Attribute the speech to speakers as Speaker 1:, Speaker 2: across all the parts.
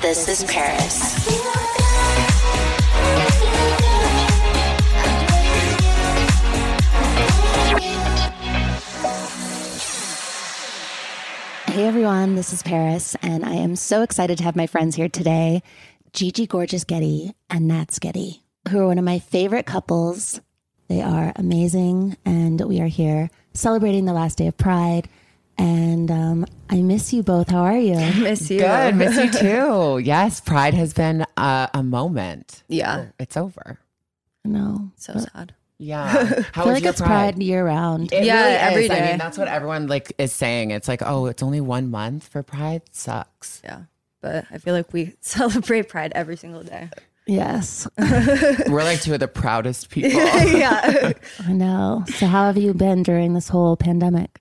Speaker 1: This is Paris.
Speaker 2: Hey everyone, this is Paris, and I am so excited to have my friends here today Gigi Gorgeous Getty and Nats Getty, who are one of my favorite couples. They are amazing, and we are here celebrating the last day of Pride. And um, I miss you both. How are you?
Speaker 3: miss you.
Speaker 4: Good, miss you too. Yes, Pride has been uh, a, a moment.
Speaker 3: Yeah.
Speaker 4: It's over.
Speaker 2: No,
Speaker 3: So
Speaker 2: but-
Speaker 3: sad.
Speaker 4: Yeah,
Speaker 2: I
Speaker 4: how
Speaker 2: feel
Speaker 4: was
Speaker 2: like
Speaker 4: your
Speaker 2: it's Pride, year round.
Speaker 4: It
Speaker 3: Yeah,
Speaker 4: really is.
Speaker 3: every
Speaker 4: I
Speaker 3: day.
Speaker 4: mean, that's what everyone like is saying. It's like, oh, it's only one month for Pride. Sucks.
Speaker 3: Yeah. But I feel like we celebrate pride every single day.
Speaker 2: Yes,
Speaker 4: We're like two of the proudest people.
Speaker 3: yeah.
Speaker 2: I know. So, how have you been during this whole pandemic?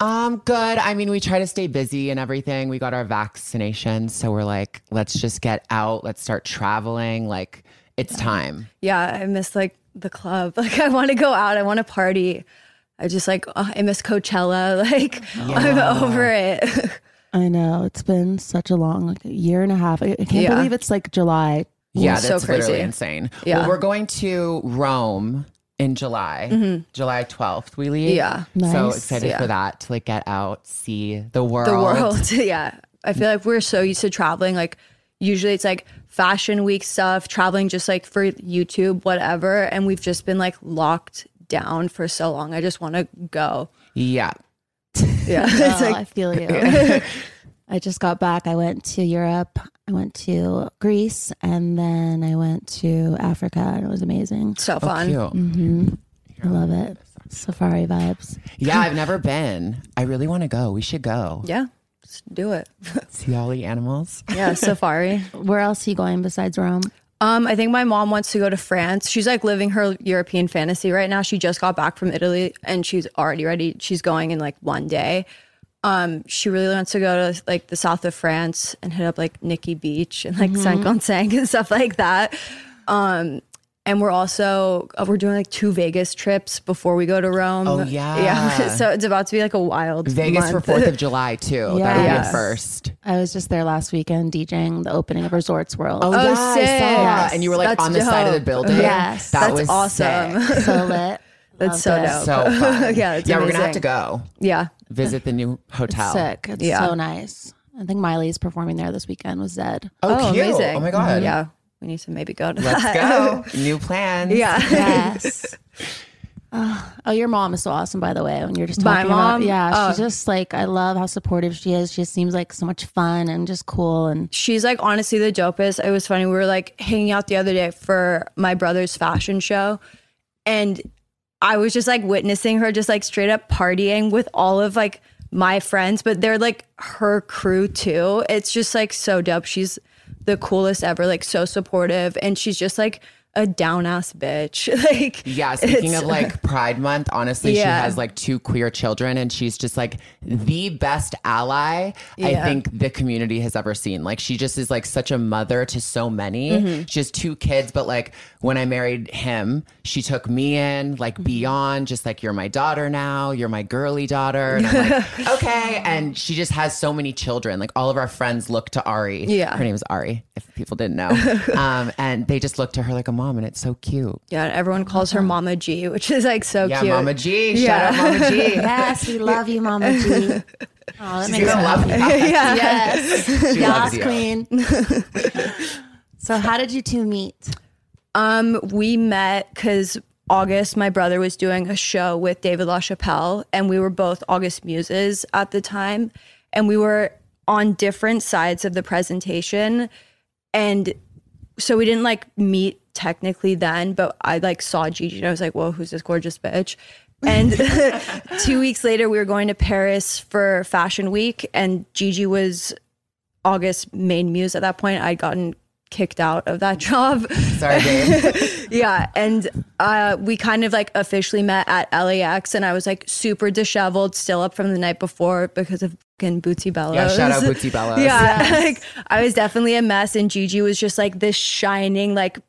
Speaker 4: Um, good. I mean, we try to stay busy and everything. We got our vaccinations, so we're like, let's just get out. Let's start traveling. Like, it's time.
Speaker 3: Yeah. I miss like the club. Like I want to go out. I want to party. I just like oh, I miss Coachella. Like I'm over it.
Speaker 2: I know it's been such a long like, year and a half. I, I can't
Speaker 3: Yeah.
Speaker 2: believe it's like July.
Speaker 4: Yeah,
Speaker 3: so
Speaker 4: that's literally
Speaker 3: crazy.
Speaker 4: insane.
Speaker 3: Yeah.
Speaker 4: Well, we're going to Rome in July, July 12th. We leave.
Speaker 3: Mm-hmm. Yeah.
Speaker 4: So
Speaker 2: Nice.
Speaker 4: excited
Speaker 3: Yeah.
Speaker 4: for that to like get out, see the world.
Speaker 3: the world. yeah. I feel like we're so used to traveling. Like usually it's like fashion week stuff, traveling just like for YouTube, whatever. And we've just been like locked down for so long. I just want to go.
Speaker 4: Yeah.
Speaker 3: Yeah. it's
Speaker 2: Oh,
Speaker 3: like
Speaker 2: I feel you. I just got back. I went to Europe. I went to Greece, and then I went to Africa, and it was amazing.
Speaker 3: so
Speaker 4: Oh,
Speaker 3: fun.
Speaker 4: cute.
Speaker 2: hmm I love it. Safari vibes.
Speaker 4: Yeah, I've never been. I really want to go. We should go.
Speaker 3: Yeah. Just do it.
Speaker 4: See all the animals.
Speaker 3: Yeah, safari.
Speaker 2: Where else are you going besides Rome?
Speaker 3: Um, I think my mom wants to go to France. She's like living her European fantasy right now. She just got back from Italy and she's already ready. She's going in like one day. Um, she really wants to go to like the south of France and hit up like Nikki Beach and like
Speaker 2: Mm-hmm.
Speaker 3: Saint Gonzague and stuff like that. Um, and we're also uh, we're doing like two Vegas trips before we go to Rome.
Speaker 4: Oh, yeah.
Speaker 3: yeah. so it's about to be like a wild
Speaker 4: Vegas for
Speaker 3: month.
Speaker 4: 4th of July, too. That would be
Speaker 2: Yes.
Speaker 4: a first.
Speaker 2: I was just there last weekend DJing the opening of Resorts World.
Speaker 4: Oh, yeah, I saw
Speaker 3: sick.
Speaker 4: that. And you were like
Speaker 3: That's
Speaker 4: on the side of the
Speaker 3: dope.
Speaker 4: building.
Speaker 2: Yes.
Speaker 4: That
Speaker 3: That's
Speaker 4: was
Speaker 3: awesome.
Speaker 4: sick.
Speaker 2: so lit.
Speaker 3: That's so
Speaker 2: Loved it.
Speaker 3: dope.
Speaker 4: So fun.
Speaker 3: Yeah, it's
Speaker 4: yeah, we're gonna have to
Speaker 3: amazing.
Speaker 4: go
Speaker 3: yeah.
Speaker 4: visit the new hotel.
Speaker 2: Sick. It's
Speaker 3: Yeah.
Speaker 2: so nice. I think Miley's performing there this weekend with Zed.
Speaker 4: Oh, cute.
Speaker 3: amazing.
Speaker 4: Oh my god.
Speaker 3: Yeah. We need to maybe go to
Speaker 4: Let's
Speaker 3: that.
Speaker 4: go. New plans.
Speaker 3: yeah.
Speaker 2: Yes.
Speaker 5: Oh, your mom is so awesome, by the way. When you're just
Speaker 3: My
Speaker 5: talking
Speaker 3: mom?
Speaker 5: about, yeah, she's
Speaker 3: Oh.
Speaker 5: just like I love how supportive she is. She just seems like so much fun and just cool. And
Speaker 3: She's like honestly the dopest. It was funny. We were like hanging out the other day for my brother's fashion show, and I was just like witnessing her just like straight up partying with all of like my friends, but they're like her crew too. It's just like so dope. She's the coolest ever, like so supportive, and she's just like a down ass bitch. like
Speaker 4: Yeah, speaking
Speaker 3: it's-
Speaker 4: of like Pride Month, honestly, she
Speaker 3: Yeah.
Speaker 4: has like two queer children and she's just like the best ally I
Speaker 3: Yeah.
Speaker 4: think the community has ever seen. Like she just is like such a mother to so many.
Speaker 3: Mm-hmm.
Speaker 4: She has two kids, but like when I married him, she took me in
Speaker 3: Mm-hmm.
Speaker 4: like beyond just like you're my daughter now, you're my girly daughter. And I'm like, okay. And she just has so many children. Like all of our friends look to Ari.
Speaker 3: Yeah.
Speaker 4: Her name is Ari, if people didn't know. um, and they just look to her like a mom and it's so cute.
Speaker 3: yeah, everyone calls her Mama G, which is like so
Speaker 4: Uh-huh. Yeah,
Speaker 3: cute.
Speaker 4: Mama G.
Speaker 3: Yeah.
Speaker 4: Shout out Mama G.
Speaker 5: yes, we love you, Mama G. Oh, that
Speaker 4: She's gonna love you.
Speaker 3: yeah.
Speaker 5: Yes,
Speaker 4: She
Speaker 5: yes,
Speaker 4: loves you.
Speaker 5: Queen. so, how did you two meet?
Speaker 3: Um, we met because August, my brother was doing a show with David LaChapelle, and we were both August muses at the time, and we were on different sides of the presentation, and so we didn't like meet technically then, but I like saw Gigi and I was like, "Whoa, who's this gorgeous bitch?" And two weeks later, we were going to Paris for Fashion Week, and Gigi was August main muse at that point. I'd gotten kicked out of that job.
Speaker 4: Sorry, babe.
Speaker 3: Yeah, and uh, we kind of like officially met at LAX, and I was like super disheveled, still up from the night before because of fucking Bootsy Bellows.
Speaker 4: Yeah, shout out Bootsy Bellows.
Speaker 3: Yeah, like I was definitely a mess, and Gigi was just like this shining, like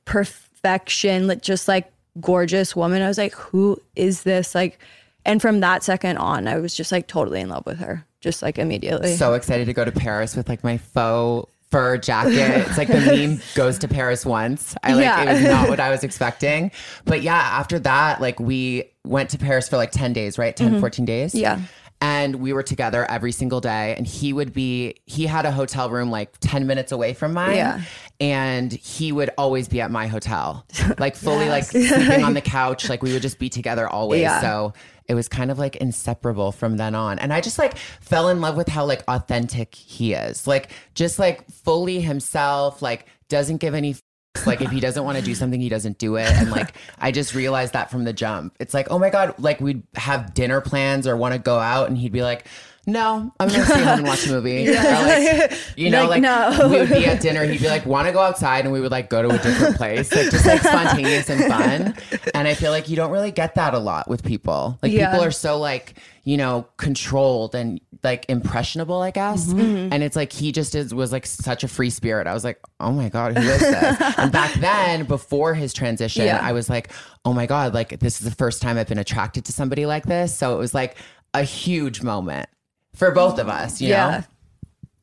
Speaker 3: perfection, like just like gorgeous woman. I was like, who is this? Like, and from that second on, I was just like totally in love with her, just like immediately.
Speaker 4: So excited to go to Paris with like my faux fur jacket. It's like the meme goes to Paris once. I like it
Speaker 3: Yeah.
Speaker 4: was not what I was expecting. But yeah, after that, like we went to Paris for like 10 days, right? 10, 14 days.
Speaker 3: Mm-hmm. Yeah.
Speaker 4: And we were together every single day. And he would be, he had a hotel room like 10 minutes away from mine.
Speaker 3: Yeah.
Speaker 4: And he would always be at my hotel, like fully like sleeping on the couch. Like we would just be together always.
Speaker 3: Yeah.
Speaker 4: So it was kind of like inseparable from then on. And I just like fell in love with how like authentic he is. Like just like fully himself, like doesn't give any f- like if he doesn't want to do something, he doesn't do it. And like I just realized that from the jump. It's like, oh my God, like we'd have dinner plans or want to go out and he'd be like, No, I'm gonna stay home and watch a movie. Or, like, you know,
Speaker 3: Like,
Speaker 4: like,
Speaker 3: no.
Speaker 4: we would be at dinner, he'd be like, wanna go outside and we would like go to a different place. Like just like spontaneous and fun. And I feel like you don't really get that a lot with people. Like
Speaker 3: Yeah.
Speaker 4: people are so like you know controlled and like impressionable i guess
Speaker 3: Mm-hmm.
Speaker 4: and it's like he just is was like such a free spirit i was like oh my god who is this and back then before his transition
Speaker 3: Yeah.
Speaker 4: i was like oh my god like this is the first time i've been attracted to somebody like this so it was like a huge moment for both of us you
Speaker 3: yeah,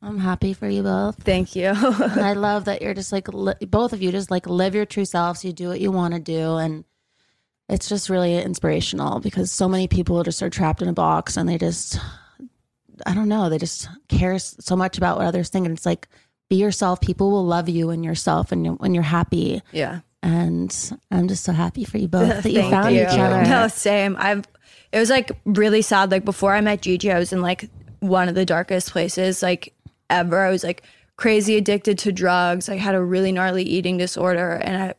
Speaker 4: know
Speaker 5: I'm happy for you both.
Speaker 3: thank you.
Speaker 5: And I love that you're just like li- both of you just like live your true selves. You do what you want to do, and it's just really inspirational because so many people just are trapped in a box and they just, I don't know, they just care s- so much about what others think, and it's like be yourself. People will love you and yourself, and you- when you're happy.
Speaker 3: yeah.
Speaker 5: And I'm just so happy for you both that you
Speaker 3: Thank
Speaker 5: found
Speaker 3: you.
Speaker 5: each other.
Speaker 3: No, same. I've it was like really sad. Like before I met Gigi, I was in like one of the darkest places like ever. I was like crazy addicted to drugs. I had a really gnarly eating disorder and I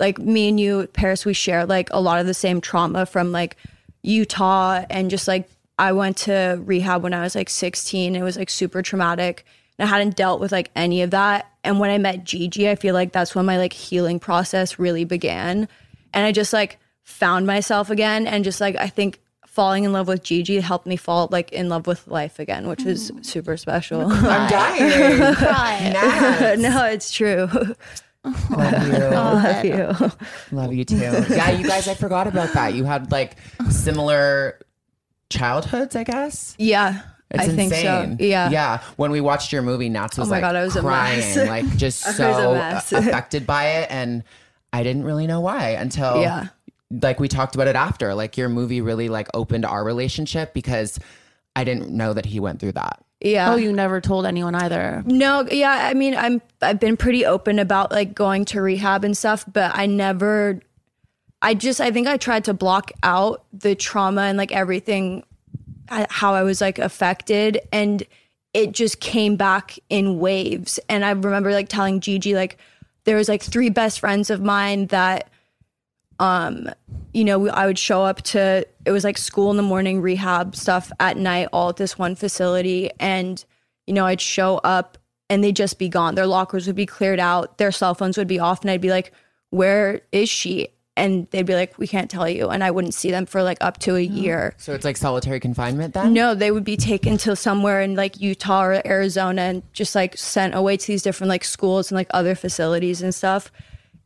Speaker 3: like me and you, Paris, we share like a lot of the same trauma from like Utah and just like I went to rehab when I was like 16. It was like super traumatic. And I hadn't dealt with like any of that. And when I met Gigi, I feel like that's when my like healing process really began. And I just like found myself again and just like I think falling in love with Gigi helped me fall like in love with life again, which is super special.
Speaker 4: Mm. i'm dying Nah.
Speaker 3: no, it's true.
Speaker 4: love
Speaker 3: Love you.
Speaker 4: you love you too yeah you guys i forgot about that you had like similar childhoods i guess
Speaker 3: Yeah.
Speaker 4: It's
Speaker 3: I think
Speaker 4: insane.
Speaker 3: so. Yeah. Oh
Speaker 4: Yeah. When we watched your movie, Nats was
Speaker 3: my
Speaker 4: like
Speaker 3: God, I was a
Speaker 4: crying,
Speaker 3: mess.
Speaker 4: like just
Speaker 3: was
Speaker 4: so
Speaker 3: a mess.
Speaker 4: a- affected by it. And I didn't really know why until
Speaker 3: Yeah.
Speaker 4: like we talked about it after. Like your movie really like opened our relationship because I didn't know that he went through that.
Speaker 3: Yeah.
Speaker 5: Oh, you never told anyone either.
Speaker 3: No, yeah, I mean, I'm I've been pretty open about like going to rehab and stuff, but I never I just I think I tried to block out the trauma and like everything I- how I was like affected and it just came back in waves and I remember like telling Gigi like there was like three best friends of mine that um you know we, I would show up to it was like school in the morning rehab stuff at night all at this one facility and you know I'd show up and they'd just be gone their lockers would be cleared out their cell phones would be off and I'd be like where is she and they'd be like we can't tell you and I wouldn't see them for like up to a year
Speaker 4: So it's like solitary confinement then?
Speaker 3: no, they would be taken to somewhere in like Utah or Arizona and just like sent away to these different like schools and like other facilities and stuff.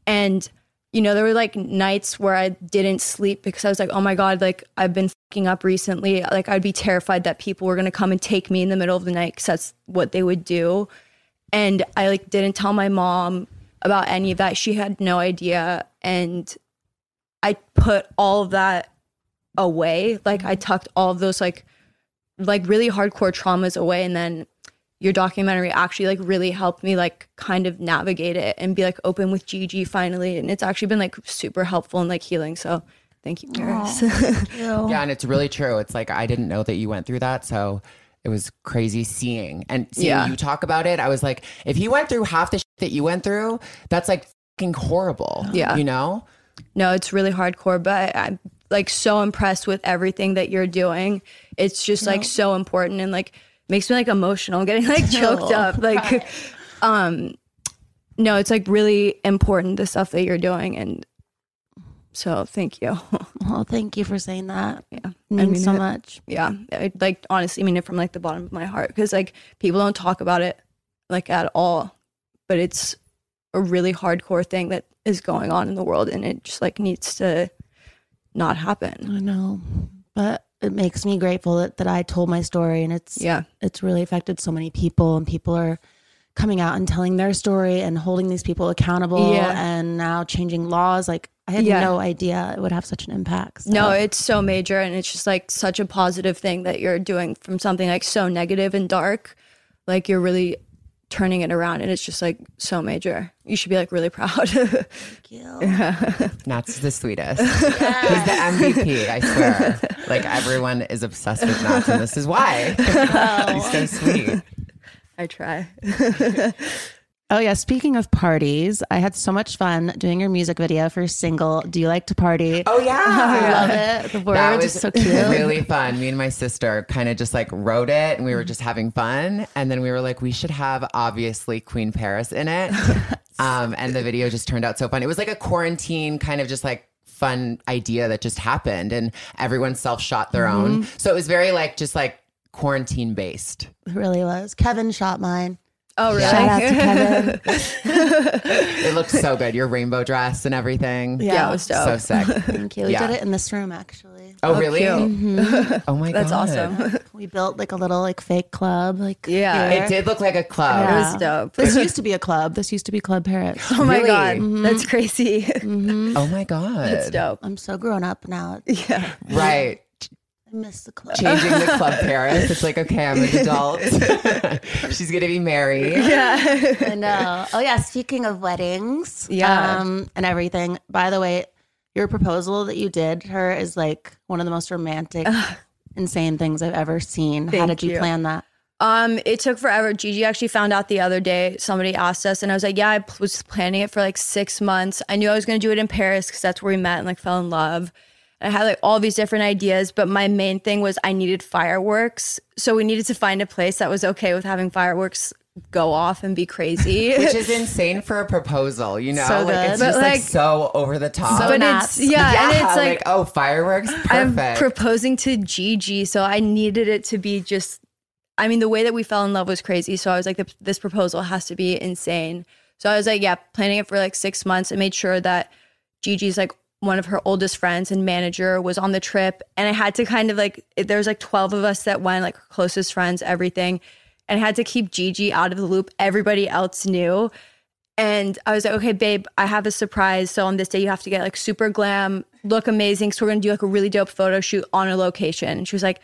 Speaker 3: And you know, there were like nights where I didn't sleep because I was like, oh my God, like I've been fucking up recently. Like I'd be terrified that people were going to come and take me in the middle of the night because that's what they would do. And I like didn't tell my mom about any of that. She had no idea. And I put all of that away. Like I tucked all of those like like really hardcore traumas away and then your documentary actually like really helped me like kind of navigate it and be like open with Gigi finally and it's actually been like super helpful and like healing so thank you Paris. Oh.
Speaker 4: Yeah, and it's really true. It's like I didn't know that you went through that, so it was crazy seeing and seeing
Speaker 3: Yeah.
Speaker 4: you talk about it. I was like, if he went through half the shit that you went through, that's like fucking horrible.
Speaker 3: Yeah.
Speaker 4: you know.
Speaker 3: no it's really hardcore but I'm like so impressed with everything that you're doing it's just like so important and like makes me like emotional getting like choked up like um no it's like really important the stuff that you're doing and so thank you
Speaker 2: Oh, thank you for saying that. Yeah.
Speaker 3: mean
Speaker 2: Means so
Speaker 3: it.
Speaker 2: much.
Speaker 3: yeah I, like honestly mean it from like the bottom of my heart because like people don't talk about it like at all but it's a really hardcore thing that is going on in the world and it just like needs to not happen
Speaker 2: I know. But it makes me grateful that, that I told my story and it's
Speaker 3: yeah
Speaker 2: it's really affected so many people and people are coming out and telling their story and holding these people accountable
Speaker 3: Yeah.
Speaker 2: and now changing laws. Like I had
Speaker 3: Yeah.
Speaker 2: no idea it would have such an impact. so-
Speaker 3: no it's so major and it's just like such a positive thing that you're doing from something like so negative and dark like you're really turning it around and it's just like so major you should be like really proud
Speaker 4: Nat's the sweetest. He's the MVP, I swear. like everyone is obsessed with Nats, and this is why. He's so sweet.
Speaker 3: i try
Speaker 2: Oh yeah, speaking of parties, I had so much fun doing your music video for single Do You Like to Party?
Speaker 4: Oh yeah.
Speaker 2: I love it. The
Speaker 4: That
Speaker 2: words
Speaker 4: was
Speaker 2: is so cute.
Speaker 4: really fun. Me and my sister kind of just like wrote it and we were just having fun. And then we were like, we should have obviously Queen Paris in it. um, and the video just turned out so fun. It was like a quarantine kind of just like fun idea that just happened. And everyone self shot their own.
Speaker 2: Mm-hmm.
Speaker 4: So it was very like just like quarantine based.
Speaker 2: It really was. Kevin shot mine.
Speaker 3: oh really
Speaker 2: Shout out to Kevin.
Speaker 4: It looked so good. Your rainbow dress and everything.
Speaker 3: yeah, it was dope
Speaker 4: So sick.
Speaker 2: Thank you. We
Speaker 4: Yeah.
Speaker 2: did it in this room actually. Mm-hmm.
Speaker 4: Oh, really?
Speaker 3: cute.
Speaker 4: Oh my
Speaker 3: that's
Speaker 4: god.
Speaker 3: awesome
Speaker 2: We built like a little like fake club. Like
Speaker 3: Yeah.
Speaker 2: here.
Speaker 4: It did look like a club.
Speaker 3: It was dope.
Speaker 2: This used to be a club. This used to be Club Paris. Mm-hmm.
Speaker 3: Oh my
Speaker 4: Really?
Speaker 3: god, that's crazy.
Speaker 4: Oh my god.
Speaker 3: That's dope.
Speaker 2: I'm so grown up now.
Speaker 3: Yeah,
Speaker 4: Right.
Speaker 2: I miss the club.
Speaker 4: changing the club Paris. It's like, okay, I'm an adult. She's gonna be married.
Speaker 2: I know. Oh yeah. Speaking of weddings,
Speaker 3: Yeah.
Speaker 2: um, and everything. By the way, your proposal that you did her is like one of the most romantic, insane things I've ever seen. How
Speaker 3: Thank
Speaker 2: did you,
Speaker 3: you.
Speaker 2: plan that?
Speaker 3: Um, it took forever. Gigi actually found out the other day. Somebody asked us, and I was like, "Yeah, I p- was planning it for like six months. I knew I was going to do it in Paris because that's where we met and like fell in love. And I had like all these different ideas, but my main thing was I needed fireworks, so we needed to find a place that was okay with having fireworks go off and be crazy.
Speaker 4: Which is insane for a proposal, you know?
Speaker 2: So
Speaker 4: like it's
Speaker 2: good.
Speaker 4: just
Speaker 3: But,
Speaker 4: like,
Speaker 3: like-
Speaker 4: so over the top.
Speaker 2: So
Speaker 3: but
Speaker 2: nuts.
Speaker 3: it's yeah, and it's like,
Speaker 4: oh fireworks,
Speaker 3: I'm
Speaker 4: perfect.
Speaker 3: proposing to Gigi, so I needed it to be just. I mean, the way that we fell in love was crazy. So I was like, th- this proposal has to be insane. So I was like, yeah, planning it for like six months and made sure that Gigi's like one of her oldest friends and manager was on the trip. And I had to kind of like, it- there was like 12 of us that went, like her closest friends, everything. And I had to keep Gigi out of the loop. Everybody else knew. And I was like, okay, babe, I have a surprise. So on this day, you have to get like super glam, look amazing. So we're gonna do like a really dope photo shoot on a location. And she was like,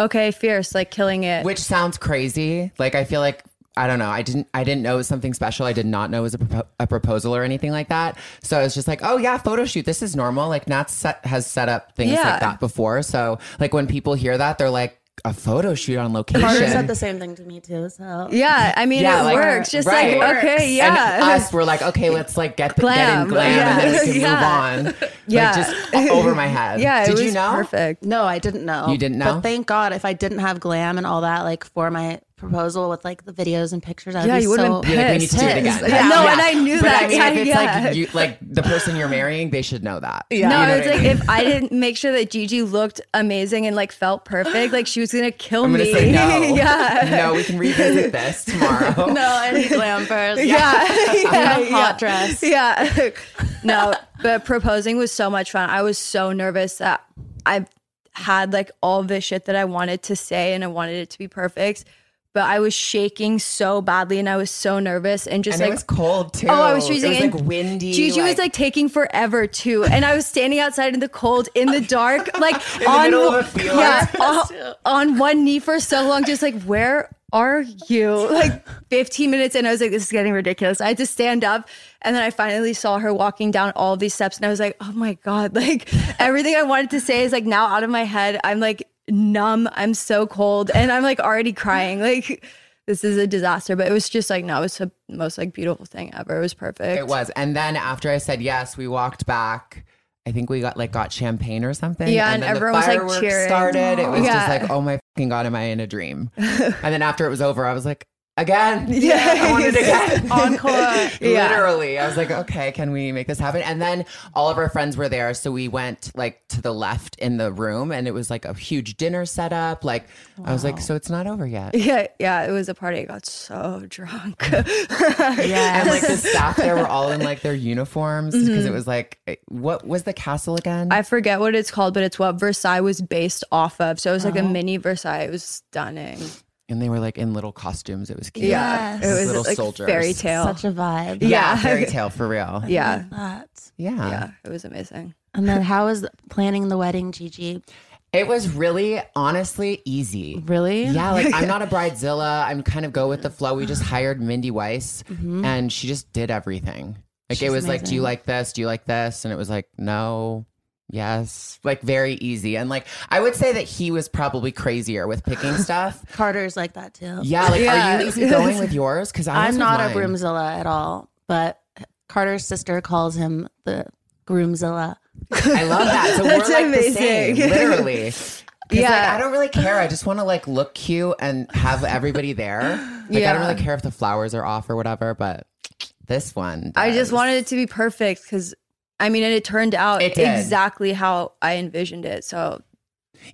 Speaker 3: okay, fierce, like killing it.
Speaker 4: Which sounds crazy. Like I feel like I don't know. I didn't. I didn't know it was something special. I did not know it was a, propo- a proposal or anything like that. So I was just like, oh yeah, photo shoot. This is normal. Like Nat set, has set up things
Speaker 3: Yeah.
Speaker 4: like that before. So like when people hear that, they're like, a photo shoot on location.
Speaker 2: Carter said the same thing to me too. So
Speaker 3: Yeah, I mean,
Speaker 4: Yeah,
Speaker 3: it
Speaker 4: like-
Speaker 3: works. Just
Speaker 4: Right.
Speaker 3: like, okay, yeah.
Speaker 4: And us, we're like, okay, let's like get the, get
Speaker 3: Glam.
Speaker 4: in glam and then
Speaker 3: Yeah.
Speaker 4: we can
Speaker 3: Yeah.
Speaker 4: move on.
Speaker 3: Yeah.
Speaker 4: Like just over my head.
Speaker 3: yeah, it
Speaker 4: Did
Speaker 3: was
Speaker 4: you know?
Speaker 3: perfect.
Speaker 2: no, I didn't know.
Speaker 4: You didn't know?
Speaker 2: But thank God if I didn't have glam and all that, like for my proposal with like the videos and pictures, I'd
Speaker 3: Yeah,
Speaker 2: be
Speaker 3: you would've
Speaker 2: so
Speaker 3: been
Speaker 4: You're like, we need to do it again.
Speaker 3: Yeah. No, and I knew
Speaker 4: but
Speaker 3: that.
Speaker 4: I mean, if it's
Speaker 3: Yeah, yeah.
Speaker 4: like you, like the person you're marrying, they should know that.
Speaker 3: No,
Speaker 4: You know
Speaker 3: I
Speaker 4: what
Speaker 3: was
Speaker 4: I
Speaker 3: like,
Speaker 4: mean?
Speaker 3: if I didn't make sure that Gigi looked amazing and like felt perfect, like she was gonna kill
Speaker 4: I'm
Speaker 3: me.
Speaker 4: gonna say no.
Speaker 3: yeah.
Speaker 4: No, we can revisit this tomorrow.
Speaker 2: No, I need glam first.
Speaker 3: Yeah. yeah.
Speaker 2: a hot dress.
Speaker 3: Yeah. no, but proposing was so much fun. I was so nervous that I had like all this shit that I wanted to say and I wanted it to be perfect. But I was shaking so badly and I was so nervous and just
Speaker 4: And
Speaker 3: like
Speaker 4: it was cold too.
Speaker 3: Oh, I was freezing.
Speaker 4: It was like
Speaker 3: and
Speaker 4: windy.
Speaker 3: Gigi was like taking forever too, and I was standing outside in the cold, in the dark, like
Speaker 4: the
Speaker 3: on
Speaker 4: middle of a field.
Speaker 3: yeah, on, on one knee for so long, just like where are you? Like 15 minutes, and I was like, this is getting ridiculous. I had to stand up, and then I finally saw her walking down all these steps, and I was like, oh my god, like everything I wanted to say is like now out of my head. I'm like numb. I'm so cold, and I'm like already crying. Like. This is a disaster, but it was just like no, it was the most like beautiful thing ever. It was perfect.
Speaker 4: It was. And then after I said yes, we walked back. I think we got like got champagne or something.
Speaker 3: Yeah, and
Speaker 4: then the
Speaker 3: everyone was, like,
Speaker 4: fireworks
Speaker 3: cheering.
Speaker 4: Started. It was
Speaker 3: Yeah.
Speaker 4: just like, oh my fucking god, am I in a dream? and then after it was over, I was like, again,
Speaker 3: Yeah.
Speaker 4: I wanted again,
Speaker 2: Encore.
Speaker 3: Yeah.
Speaker 4: Literally, I was like, okay, can we make this happen? And then all of our friends were there, so we went like to the left in the room, and it was like a huge dinner setup. Like I was like, so it's not over yet.
Speaker 3: Yeah, yeah, it was a party. I got so drunk.
Speaker 4: Yeah, and like the staff there were all in like their uniforms because
Speaker 2: Mm-hmm.
Speaker 4: it was like, eh, what was the castle again?
Speaker 3: I forget what it's called, but it's what Versailles was based off of. So it was like a
Speaker 4: Oh.
Speaker 3: mini Versailles. It was stunning.
Speaker 4: and they were like in little costumes. It was cute.
Speaker 3: Yeah,
Speaker 4: Those
Speaker 3: it was
Speaker 4: little
Speaker 3: like
Speaker 4: soldiers.
Speaker 3: fairy tale.
Speaker 2: Such a vibe.
Speaker 4: Yeah,
Speaker 3: Yeah.
Speaker 4: fairy tale for real. Oh, Yeah.
Speaker 3: yeah,
Speaker 2: That.
Speaker 3: yeah, it was amazing.
Speaker 2: And then how was planning the wedding, Gigi?
Speaker 4: It was really, honestly, easy.
Speaker 2: Really?
Speaker 4: Yeah, like I'm not a bridezilla. I'm kind of go with the flow. We just hired Mindy Weiss, and she just did everything. Like
Speaker 2: Mm-hmm. She's
Speaker 4: it was like, do
Speaker 2: amazing.
Speaker 4: you like this? Do you like this? And it was like, no, yes, like very easy. And like I would say that he was probably crazier with picking stuff.
Speaker 2: Carter's like that too.
Speaker 4: Yeah, like
Speaker 3: Yeah.
Speaker 4: are you easy going with yours? Because
Speaker 2: Oh. I'm not a groomzilla at all, but Carter's sister calls him the groomzilla.
Speaker 4: I love that. So
Speaker 3: That's
Speaker 4: we're like
Speaker 3: amazing.
Speaker 4: the same, literally. Yeah,
Speaker 3: Yeah.
Speaker 4: I don't really care. I just want to like look cute and have everybody there. Like I
Speaker 3: Yeah.
Speaker 4: don't really care if the flowers are off or whatever, but this one,
Speaker 3: I
Speaker 4: does.
Speaker 3: just wanted it to be perfect because I mean, and it turned out
Speaker 4: It did.
Speaker 3: exactly how I envisioned it. So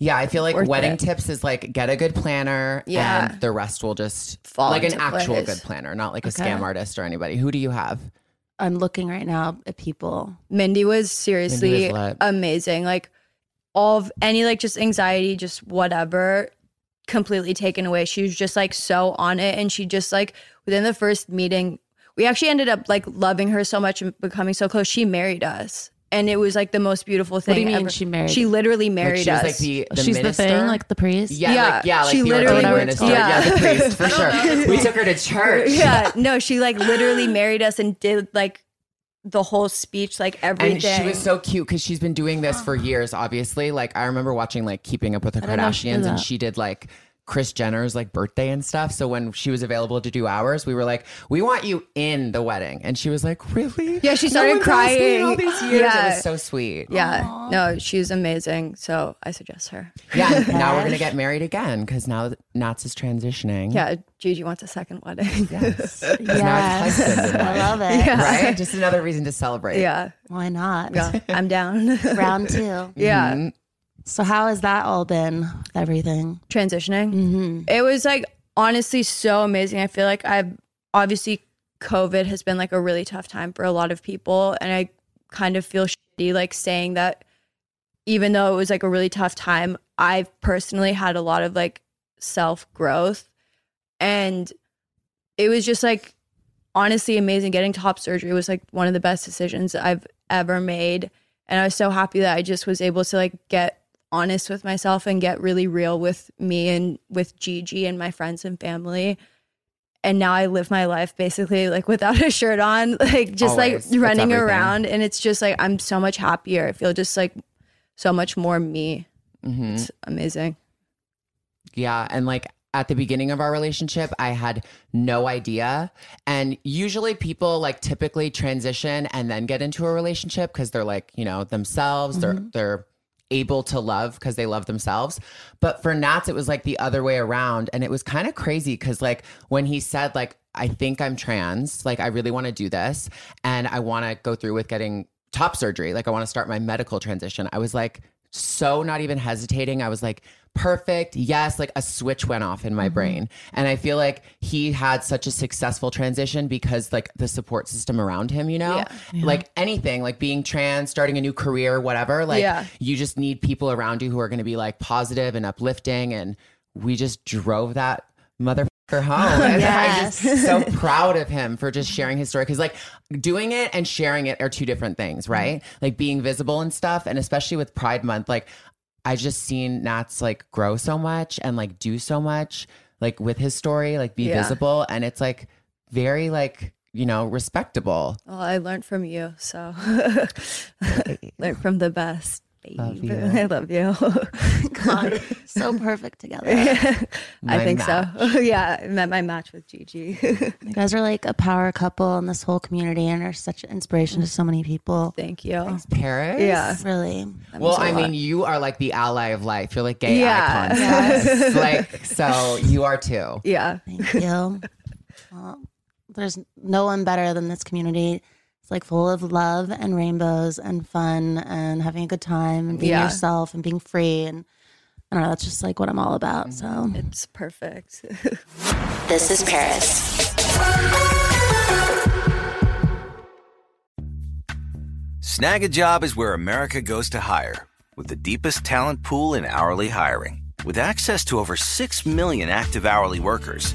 Speaker 4: Yeah, I feel like
Speaker 3: Worth
Speaker 4: wedding
Speaker 3: it.
Speaker 4: tips is like get a good planner.
Speaker 3: Yeah.
Speaker 4: and the rest will just
Speaker 3: Fall
Speaker 4: like an
Speaker 3: into
Speaker 4: actual
Speaker 3: place.
Speaker 4: good planner, not like a
Speaker 2: Okay.
Speaker 4: scam artist or anybody. Who do you have?
Speaker 2: I'm looking right now at people.
Speaker 3: Mindy was seriously
Speaker 4: lit.
Speaker 3: amazing. Like all of any like just anxiety, just whatever, completely taken away. She was just like so on it, and she just like within the first meeting, we actually ended up like loving her so much and becoming so close. She married us, and it was like the most beautiful thing.
Speaker 2: do you mean
Speaker 3: ever.
Speaker 2: she married-
Speaker 3: She literally
Speaker 4: Like
Speaker 3: married
Speaker 4: she was
Speaker 3: us.
Speaker 4: like the, the
Speaker 2: She's
Speaker 4: minister.
Speaker 2: the thing, like the priest.
Speaker 4: yeah,
Speaker 3: Yeah,
Speaker 4: like, yeah, like
Speaker 3: she
Speaker 4: the
Speaker 3: literally
Speaker 4: ordained
Speaker 3: went-
Speaker 4: minister.
Speaker 3: yeah.
Speaker 4: Yeah. the priest for sure. we took her to church.
Speaker 3: yeah, no, she like literally married us and did like the whole speech, like everything.
Speaker 4: And she was so cute because she's been doing this for years, obviously. Like I remember watching like Keeping Up with the
Speaker 2: don't know if she did
Speaker 4: Kardashians and
Speaker 2: that.
Speaker 4: she did like Chris Jenner's like birthday and stuff. So when she was available to do ours, we were like, We want you in the wedding. And she was like, Really?
Speaker 3: Yeah, she started
Speaker 4: no one's asked me in all
Speaker 3: crying.
Speaker 4: these years.
Speaker 3: Yeah.
Speaker 4: It was so sweet.
Speaker 3: yeah, no, she's amazing. So I suggest her.
Speaker 4: Yeah. and now we're gonna get married again because now Nats is transitioning.
Speaker 3: Yeah, Gigi wants a second wedding.
Speaker 4: Yes.
Speaker 2: Yes. I love it.
Speaker 4: Right? Just another reason to celebrate.
Speaker 3: yeah,
Speaker 2: Why not?
Speaker 3: yeah, I'm down.
Speaker 2: Round two.
Speaker 3: yeah,
Speaker 4: Mm-hmm.
Speaker 2: So how has that all been? with Everything. Mm-hmm.
Speaker 3: transitioning. It was like honestly so amazing. I feel like I've obviously COVID has been like a really tough time for a lot of people, and I kind of feel shitty like saying that even though it was like a really tough time, I've personally had a lot of like self growth. And it was just like honestly amazing. Getting top surgery was like one of the best decisions I've ever made. And I was so happy that I just was able to like get honest with myself and get really real with me and with Gigi and my friends and family. and now I live my life basically like without a shirt on, like just
Speaker 4: Always. It's
Speaker 3: like running
Speaker 4: everything.
Speaker 3: around. And it's just like I'm so much happier. I feel just like so much more me.
Speaker 4: Mhm.
Speaker 3: It's amazing.
Speaker 4: Yeah. And like at the beginning of our relationship, I had no idea. And usually people like typically transition and then get into a relationship because they're like, you know, themselves, they're, they're, able to love because they love themselves but for nats it was like the other way around and it was kind of crazy because like when he said like i think i'm trans like i really want to do this and i want to go through with getting top surgery like i want to start my medical transition i was like so not even hesitating. I was like, perfect. Yes. Like a switch went off
Speaker 3: Mm-hmm.
Speaker 4: in my brain. And I feel like he had such a successful transition because, like, the support system around him, you know,
Speaker 3: Yeah.
Speaker 4: like anything, like being trans, starting a new career, whatever. Like,
Speaker 3: Yeah.
Speaker 4: you just need people around you who are going to be like positive and uplifting. And we just drove that motherfucker home. And I'm just so proud of him for just sharing his story. Cause like doing it and sharing it are two different things,
Speaker 3: Mm-hmm.
Speaker 4: right? Like being visible and stuff. And especially with Pride Month, like I just seen Nats like grow so much and like do so much, like with his story, like be
Speaker 3: Yeah.
Speaker 4: visible. And it's like very like, you know, respectable.
Speaker 3: Well, I learned from you. So learned from the best. Babe.
Speaker 4: Love you.
Speaker 3: I love you.
Speaker 2: God, so perfect together.
Speaker 3: I
Speaker 4: My
Speaker 3: think
Speaker 4: match.
Speaker 3: so. yeah, I met my match with Gigi.
Speaker 2: You guys are like a power couple in this whole community and are such an inspiration
Speaker 4: Mm.
Speaker 2: to so many people.
Speaker 3: Thank you.
Speaker 4: Paris.
Speaker 3: Yeah.
Speaker 2: Really.
Speaker 4: Well, I mean, you are like the ally of life. You're like gay
Speaker 3: Yeah.
Speaker 4: icons. like, so you are too.
Speaker 3: Yeah.
Speaker 2: Thank you. well, there's no one better than this community. It's like full of love and rainbows and fun and having a good time and being
Speaker 3: Yeah.
Speaker 2: yourself and being free. And I don't know, that's just like what I'm all about. So
Speaker 3: It's perfect.
Speaker 5: This is Paris.
Speaker 6: Snag a job is where America goes to hire, with the deepest talent pool in hourly hiring. With access to over 6 million active hourly workers,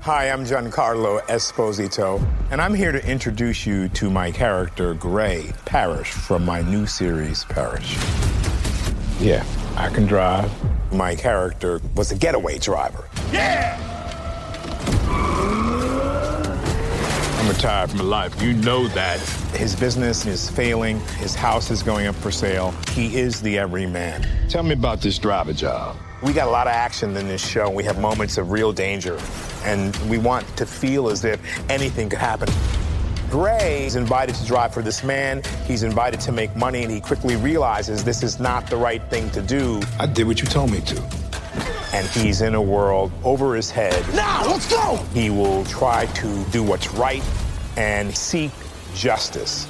Speaker 7: Hi, I'm Giancarlo Esposito, and I'm here to introduce you to my character, Gray Parish, from my new series, Parish. Yeah, I can drive. My character was a getaway driver. Yeah! I'm retired from life. You know that. His business is failing, his house is going up for sale. He is the everyman. Tell me about this driver job. We got a lot of action in this show. We have moments of real danger, and we want to feel as if anything could happen. Gray is invited to drive for this man. He's invited to make money, and he quickly realizes this is not the right thing to do. I did what you told me to. And he's in a world over his head. Now, let's go! He will try to do what's right and seek justice.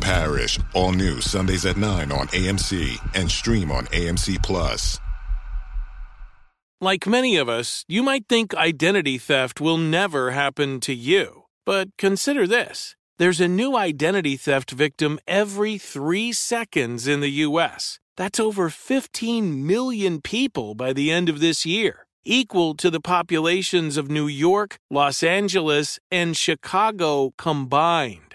Speaker 8: Parish, all new Sundays at 9 on AMC and stream on AMC Plus.
Speaker 9: Like many of us, you might think identity theft will never happen to you. But consider this there's a new identity theft victim every three seconds in the U.S. That's over 15 million people by the end of this year, equal to the populations of New York, Los Angeles, and Chicago combined.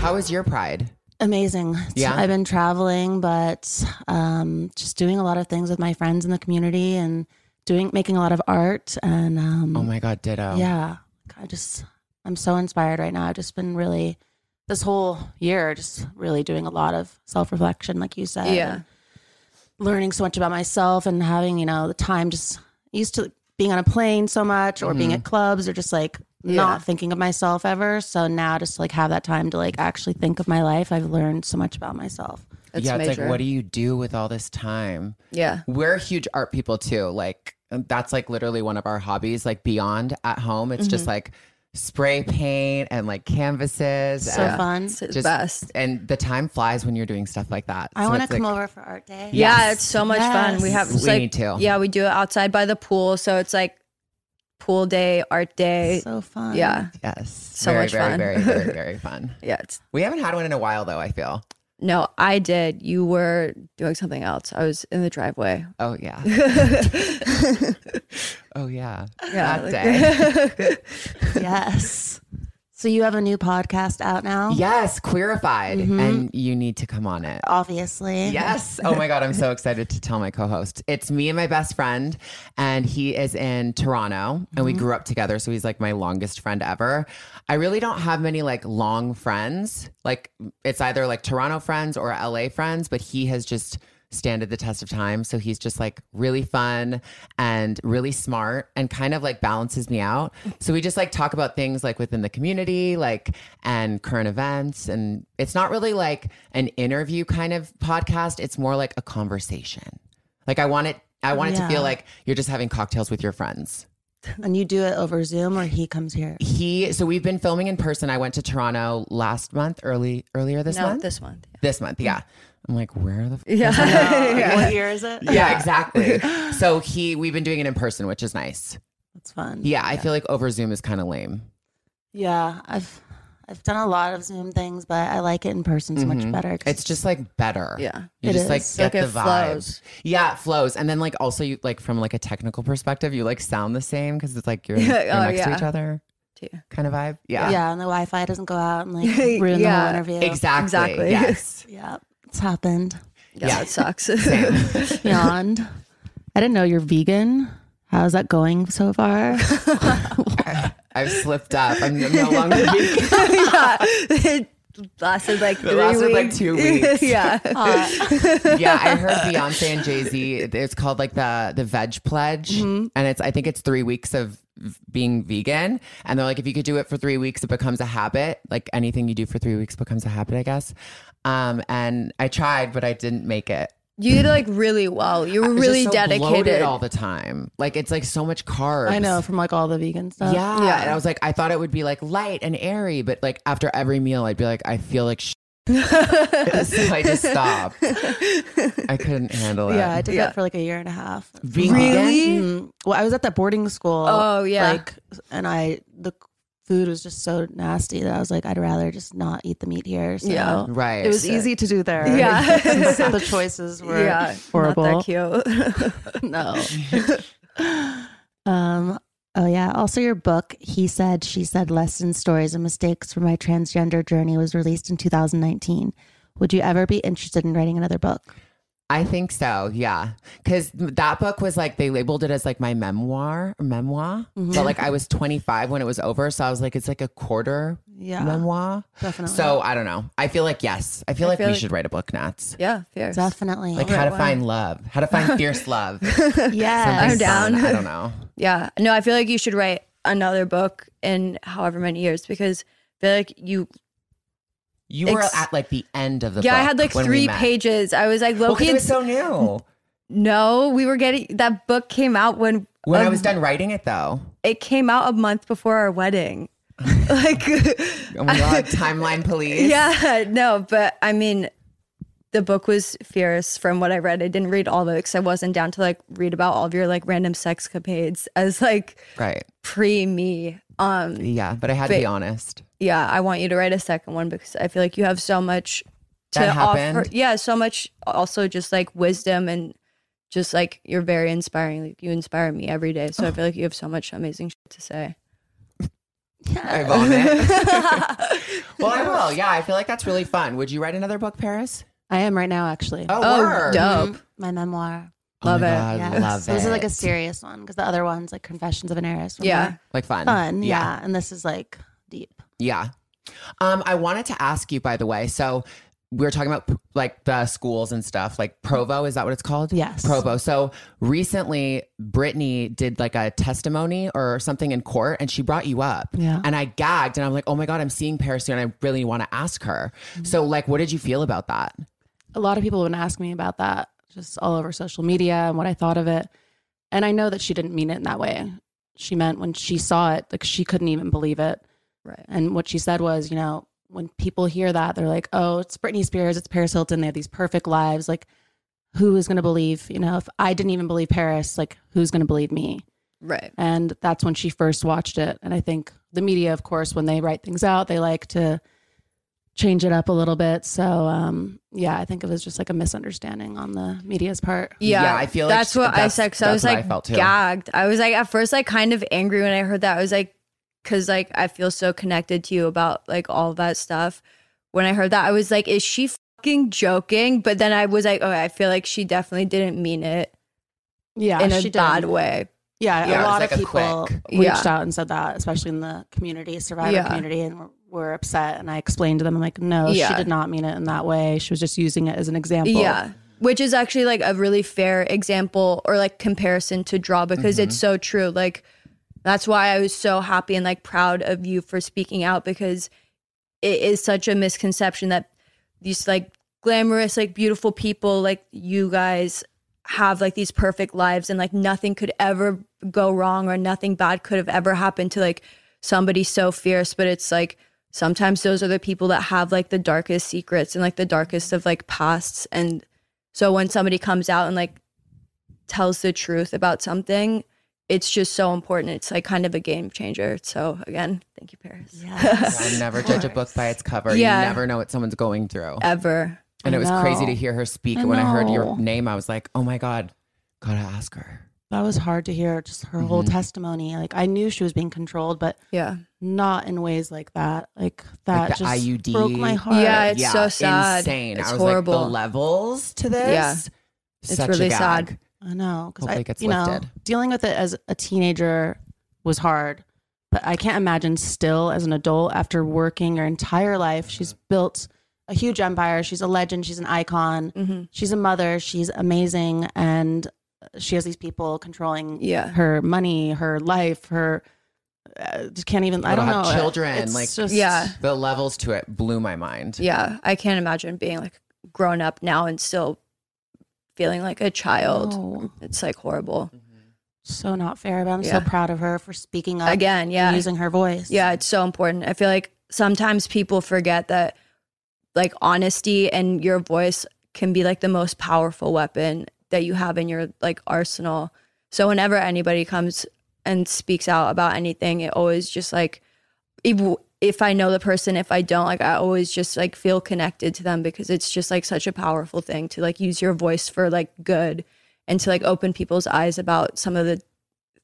Speaker 4: How is your pride?
Speaker 2: Amazing.
Speaker 4: Yeah?
Speaker 2: I've been traveling, but um, just doing a lot of things with my friends in the community and doing making a lot of art and um,
Speaker 4: Oh my God, ditto.
Speaker 2: Yeah. I just I'm so inspired right now. I've just been really this whole year just really doing a lot of self-reflection like you said.
Speaker 3: Yeah.
Speaker 2: and Learning so much about myself and having, you know, the time just used to being on a plane so much or being
Speaker 3: Mhm.
Speaker 2: at clubs or just like
Speaker 3: Yeah.
Speaker 2: not thinking of myself ever. So now just like have that time to like actually think of my life. I've learned so much about myself.
Speaker 4: yeah, it's like, what do you do with all this time?
Speaker 3: Yeah.
Speaker 4: We're huge art people too. Like, that's like literally one of our hobbies, like beyond at home. It's
Speaker 2: Mm-hmm.
Speaker 4: just
Speaker 3: Mhm.
Speaker 4: like spray paint and like canvases.
Speaker 2: So
Speaker 4: and
Speaker 2: fun. It's
Speaker 4: Just,
Speaker 2: the
Speaker 3: best.
Speaker 4: And the time flies when you're doing stuff like that.
Speaker 2: I
Speaker 4: So
Speaker 2: want to
Speaker 4: it's, like,
Speaker 2: come over for art day.
Speaker 3: Yeah,
Speaker 4: Yes.
Speaker 3: it's so much fun. We have
Speaker 4: Yes.
Speaker 3: it's
Speaker 4: We
Speaker 3: like,
Speaker 4: need to.
Speaker 3: Yeah, we do it outside by the pool, so it's like pool day, art day.
Speaker 2: So fun.
Speaker 3: Yeah,
Speaker 4: Yes.
Speaker 3: So
Speaker 4: very,
Speaker 3: much
Speaker 4: very,
Speaker 3: fun.
Speaker 4: Very, very, very fun.
Speaker 3: yeah. It's,
Speaker 4: We haven't had one in a while though, I feel.
Speaker 3: no, I did. You were doing something else. I was in the driveway.
Speaker 4: Oh yeah. oh yeah.
Speaker 3: Yeah,
Speaker 4: That
Speaker 3: like-
Speaker 4: day.
Speaker 2: yes. So you have a new podcast out now?
Speaker 4: yes, queerified.
Speaker 3: Mm-hmm.
Speaker 2: Mhm.
Speaker 4: And you need to come on it.
Speaker 2: Obviously.
Speaker 4: Yes. Oh my God. I'm so excited to tell my co host. It's me and my best friend, and he is in Toronto, and
Speaker 3: Mm-hmm.
Speaker 4: we grew up together. So he's like my longest friend ever. I really don't have many like long friends. Like it's either like Toronto friends or LA friends, but he has just standed the test of time. So he's just like really fun and really smart and kind of like balances me out. So we just like talk about things like within the community, like and current events. And it's not really like an interview kind of podcast, it's more like a conversation. Like I want it, I want it to
Speaker 2: Yeah.
Speaker 4: feel like you're just having cocktails with your friends.
Speaker 2: And you do it over Zoom or he comes here?
Speaker 4: He, so we've been filming in person. I went to Toronto last month, early, earlier this
Speaker 3: no,
Speaker 4: month.
Speaker 3: this month.
Speaker 4: This month, yeah. I'm like, where the f-
Speaker 3: Yeah.
Speaker 2: What year is it?
Speaker 4: yeah, exactly. So he, we've been doing it in person, which is nice.
Speaker 2: It's fun.
Speaker 4: Yeah, I feel like over Zoom is kind of lame.
Speaker 2: Yeah. I've I've done a lot of Zoom things, but I like it in person so
Speaker 4: Mhm.
Speaker 2: much better. 'cause
Speaker 4: It's just like better.
Speaker 3: Mm-hmm. Yeah.
Speaker 4: you
Speaker 2: It
Speaker 4: just like
Speaker 2: is.
Speaker 3: Like,
Speaker 4: get
Speaker 3: it
Speaker 4: the vibe.
Speaker 3: flows.
Speaker 4: Yeah, it flows, and then like also you like from like a technical perspective, you like sound the same because it's like you're, you're
Speaker 3: Oh,
Speaker 4: next to
Speaker 3: yeah.
Speaker 4: each other
Speaker 3: Yeah.
Speaker 4: kind of vibe.
Speaker 2: yeah.
Speaker 4: Yeah,
Speaker 2: and the Wi Fi doesn't go out and like ruin the whole
Speaker 3: Yeah,
Speaker 2: interview.
Speaker 4: exactly.
Speaker 3: Exactly.
Speaker 4: Yes.
Speaker 2: Yeah. It's happened.
Speaker 3: Yeah,
Speaker 4: Yeah.
Speaker 3: it sucks.
Speaker 2: Beyond. I didn't know you're vegan. How's that going so far?
Speaker 4: I've slipped up. I'm no longer. vegan.
Speaker 3: yeah, it lasted like
Speaker 4: It
Speaker 3: three
Speaker 4: lasted,
Speaker 3: weeks.
Speaker 4: like, two weeks.
Speaker 3: yeah,
Speaker 4: yeah, I heard Beyonce and Jay Z. It's called like the the Veg Pledge,
Speaker 2: Mm-hmm.
Speaker 4: and it's I think it's three weeks of v- being vegan. And they're like, if you could do it for three weeks, it becomes a habit. Like anything you do for three weeks becomes a habit, I guess. Um, and I tried, but I didn't make it.
Speaker 3: you did like really well. You
Speaker 4: I
Speaker 3: were
Speaker 4: was
Speaker 3: really
Speaker 4: just so bloated
Speaker 3: dedicated.
Speaker 4: all the time. Like it's like so much carbs.
Speaker 2: I know from like all the vegan stuff.
Speaker 4: Yeah.
Speaker 3: Yeah.
Speaker 4: And I was like, I thought it would be like light and airy, but like after every meal, I'd be like, I feel like sh- so I just stopped. I couldn't handle it.
Speaker 2: Yeah, I did
Speaker 3: Yeah.
Speaker 2: that for like a year and a half.
Speaker 4: Being
Speaker 3: Really?
Speaker 2: Mm. Well, I was at that boarding school.
Speaker 3: Oh, yeah.
Speaker 2: Like, and I the food was just so nasty that I was like, I'd rather just not eat the meat here. So
Speaker 3: Yeah.
Speaker 4: Right.
Speaker 2: it was easy to do there.
Speaker 3: Yeah.
Speaker 2: the choices were
Speaker 3: yeah,
Speaker 2: horrible.
Speaker 3: Not that cute.
Speaker 2: no. um. Oh yeah. Also, your book, he said, she said, lessons, stories, and mistakes from my transgender journey was released in 2019. Would you ever be interested in writing another book?
Speaker 4: I think so, yeah. Because that book was like, they labeled it as like my memoir, or memoir.
Speaker 3: Mm-hmm.
Speaker 2: Mhm.
Speaker 4: But like I was 25 when it was over. So I was like, it's like a quarter
Speaker 2: Yeah.
Speaker 4: memoir.
Speaker 2: Definitely.
Speaker 4: So I don't know. I feel like, yes, I feel
Speaker 2: I
Speaker 4: like
Speaker 2: feel
Speaker 4: we
Speaker 2: like-
Speaker 4: should write a book, Nats.
Speaker 3: Yeah, fierce.
Speaker 2: Definitely.
Speaker 4: Like how to find love, how to find fierce love.
Speaker 3: Yeah,
Speaker 4: Something
Speaker 3: I'm down.
Speaker 4: fun. I don't know.
Speaker 3: Yeah. No, I feel like you should write another book in however many years because I feel like you.
Speaker 4: You were
Speaker 3: Ex-
Speaker 4: at like the end of the
Speaker 3: yeah, I
Speaker 4: book
Speaker 3: had like
Speaker 4: when we
Speaker 3: three
Speaker 4: met. Oh,
Speaker 3: pages. I was like,
Speaker 4: Well,
Speaker 3: low
Speaker 4: 'cause
Speaker 3: key.
Speaker 4: it was so new.
Speaker 3: no, we were getting that book came out when
Speaker 4: When I
Speaker 3: um,
Speaker 4: was done writing it, though.
Speaker 3: It came out a month before our wedding. like,
Speaker 4: Oh my god, timeline police.
Speaker 3: yeah, no, but I mean, the book was fierce from what I read. I didn't read all of it because I wasn't down to like read about all of your like random sex capades as like
Speaker 4: Right.
Speaker 3: pre me. Um,
Speaker 4: Yeah, but I had to
Speaker 3: But-
Speaker 4: be honest.
Speaker 3: yeah, I want you to write a second one because I feel like you have so much to
Speaker 4: That
Speaker 3: offer.
Speaker 4: happened?
Speaker 3: Yeah, so much also just like wisdom and just like you're very inspiring. Like you inspire me every day. So I feel like you have so much amazing shit to say.
Speaker 4: I vomit. well, I will. Yeah, I feel like that's really fun. Would you write another book, Paris?
Speaker 2: I am right now, actually.
Speaker 4: Oh, Oh, word. dope.
Speaker 2: Mhm. My memoir.
Speaker 4: Oh my Love it. God, love
Speaker 2: So this is like a
Speaker 4: it.
Speaker 2: serious one because the other one's like Confessions of an Heiress. were
Speaker 3: Yeah.
Speaker 2: more
Speaker 4: Like fun.
Speaker 2: Fun.
Speaker 4: Yeah.
Speaker 2: Yeah. And this is like deep.
Speaker 4: Yeah. Um, I wanted to ask you, by the way. So we were talking about p- like the schools and stuff. Like Provo, is that what it's called?
Speaker 2: Yes.
Speaker 4: Provo. So recently, Brittany did like a testimony or something in court, and she brought you up.
Speaker 2: Yeah.
Speaker 4: And I gagged, and I'm like, oh my god, I'm seeing Paris soon. I really want to ask her.
Speaker 2: Mm-hmm.
Speaker 4: So like, what did you feel about that?
Speaker 2: a lot of people have been asking me about that just all over social media and what I thought of it. And I know that she didn't mean it in that way. She meant when she saw it, like she couldn't even believe it.
Speaker 3: Right.
Speaker 2: And what she said was, you know, when people hear that, they're like, oh, it's Britney Spears, it's Paris Hilton, they have these perfect lives. Like, who is going to believe, you know, if I didn't even believe Paris, like, who's going to believe me?
Speaker 3: Right.
Speaker 2: And that's when she first watched it. And I think the media, of course, when they write things out, they like to change it up a little bit. So, um, yeah, I think it was just like a misunderstanding on the media's part.
Speaker 3: Yeah,
Speaker 4: Yeah, I feel like
Speaker 3: that's
Speaker 4: sh-
Speaker 3: what I
Speaker 4: that's-
Speaker 3: said. Cause I
Speaker 4: that's
Speaker 3: was
Speaker 4: what I
Speaker 3: like
Speaker 4: felt too.
Speaker 3: gagged. I was like at first like kind of angry when I heard that. I was like, because like I feel so connected to you about like all that stuff. When I heard that, I was like, is she fucking joking? But then I was like, oh, I feel like she definitely didn't mean it
Speaker 2: Yeah,
Speaker 3: in a
Speaker 2: she did.
Speaker 3: bad way.
Speaker 2: Yeah,
Speaker 3: Yeah, it
Speaker 2: a
Speaker 3: was
Speaker 2: lot
Speaker 3: like
Speaker 2: of
Speaker 3: a
Speaker 2: people
Speaker 3: quick-
Speaker 2: reached
Speaker 3: Yeah.
Speaker 2: out and said that, especially in the community, survivor
Speaker 3: Yeah.
Speaker 2: community, and were, were upset. And I explained to them, I'm like, no,
Speaker 3: Yeah.
Speaker 2: she did not mean it in that way. She was just using it as an example.
Speaker 3: Yeah. Which is actually like a really fair example or like comparison to draw because it's so true. Like that's why I was so happy and like proud of you for speaking out because it is such a misconception that these like glamorous, like beautiful people like you guys have like these perfect lives and like nothing could ever go wrong or nothing bad could have ever happened to like somebody so fierce but it's like sometimes those are the people that have like the darkest secrets and like the darkest of like pasts and so when somebody comes out and like tells the truth about something it's just so important it's like kind of a game changer so again thank you paris
Speaker 4: I never judge a book by its cover.
Speaker 3: Yeah.
Speaker 4: You never know what someone's going through.
Speaker 3: ever
Speaker 4: And it was
Speaker 2: I
Speaker 4: crazy to
Speaker 2: know.
Speaker 4: hear her speak.
Speaker 2: I
Speaker 4: when I heard
Speaker 2: know.
Speaker 4: your name, I was like, oh my God, gotta ask her.
Speaker 2: That was hard to hear, just her whole
Speaker 4: Mhm.
Speaker 2: testimony. Like, I knew she was being controlled, but
Speaker 3: yeah
Speaker 2: not in ways like that. Like that
Speaker 4: like the
Speaker 2: just
Speaker 4: IUD.
Speaker 2: broke my heart.
Speaker 3: Yeah, it's so sad.
Speaker 4: Insane.
Speaker 3: It's
Speaker 4: I was
Speaker 3: horrible.
Speaker 4: like, the levels to this.
Speaker 3: Yeah.
Speaker 4: It's
Speaker 3: really sad.
Speaker 2: I know because
Speaker 4: Hopefully
Speaker 2: I,
Speaker 4: it gets
Speaker 2: you know,
Speaker 4: lifted.
Speaker 2: dealing with it as a teenager was hard, but I can't imagine still as an adult after working her entire life. She's built a huge empire. She's a legend. She's an icon.
Speaker 4: Mm-hmm.
Speaker 3: Mhm.
Speaker 2: She's a mother. She's amazing, and uh, she has these people controlling
Speaker 3: Yeah.
Speaker 2: her money, her life, her. Uh, just can't even. I don't
Speaker 4: have
Speaker 2: know.
Speaker 4: Children.
Speaker 2: It's
Speaker 4: like,
Speaker 2: just-
Speaker 3: Yeah.
Speaker 4: the levels to it blew my mind.
Speaker 3: yeah i can't imagine being like grown up now and still feeling like a child
Speaker 2: No.
Speaker 3: it's like horrible
Speaker 2: so not fair, but I'm so
Speaker 3: Yeah.
Speaker 2: proud of her for speaking up
Speaker 3: again yeah
Speaker 2: and using her voice.
Speaker 3: Yeah, it's so important. I feel like sometimes people forget that like honesty and your voice can be like the most powerful weapon that you have in your like arsenal. So whenever anybody comes and speaks out about anything, it always just like if, if I know the person, if I don't, like I always just like feel connected to them because it's just like such a powerful thing to like use your voice for like good and to like open people's eyes about some of the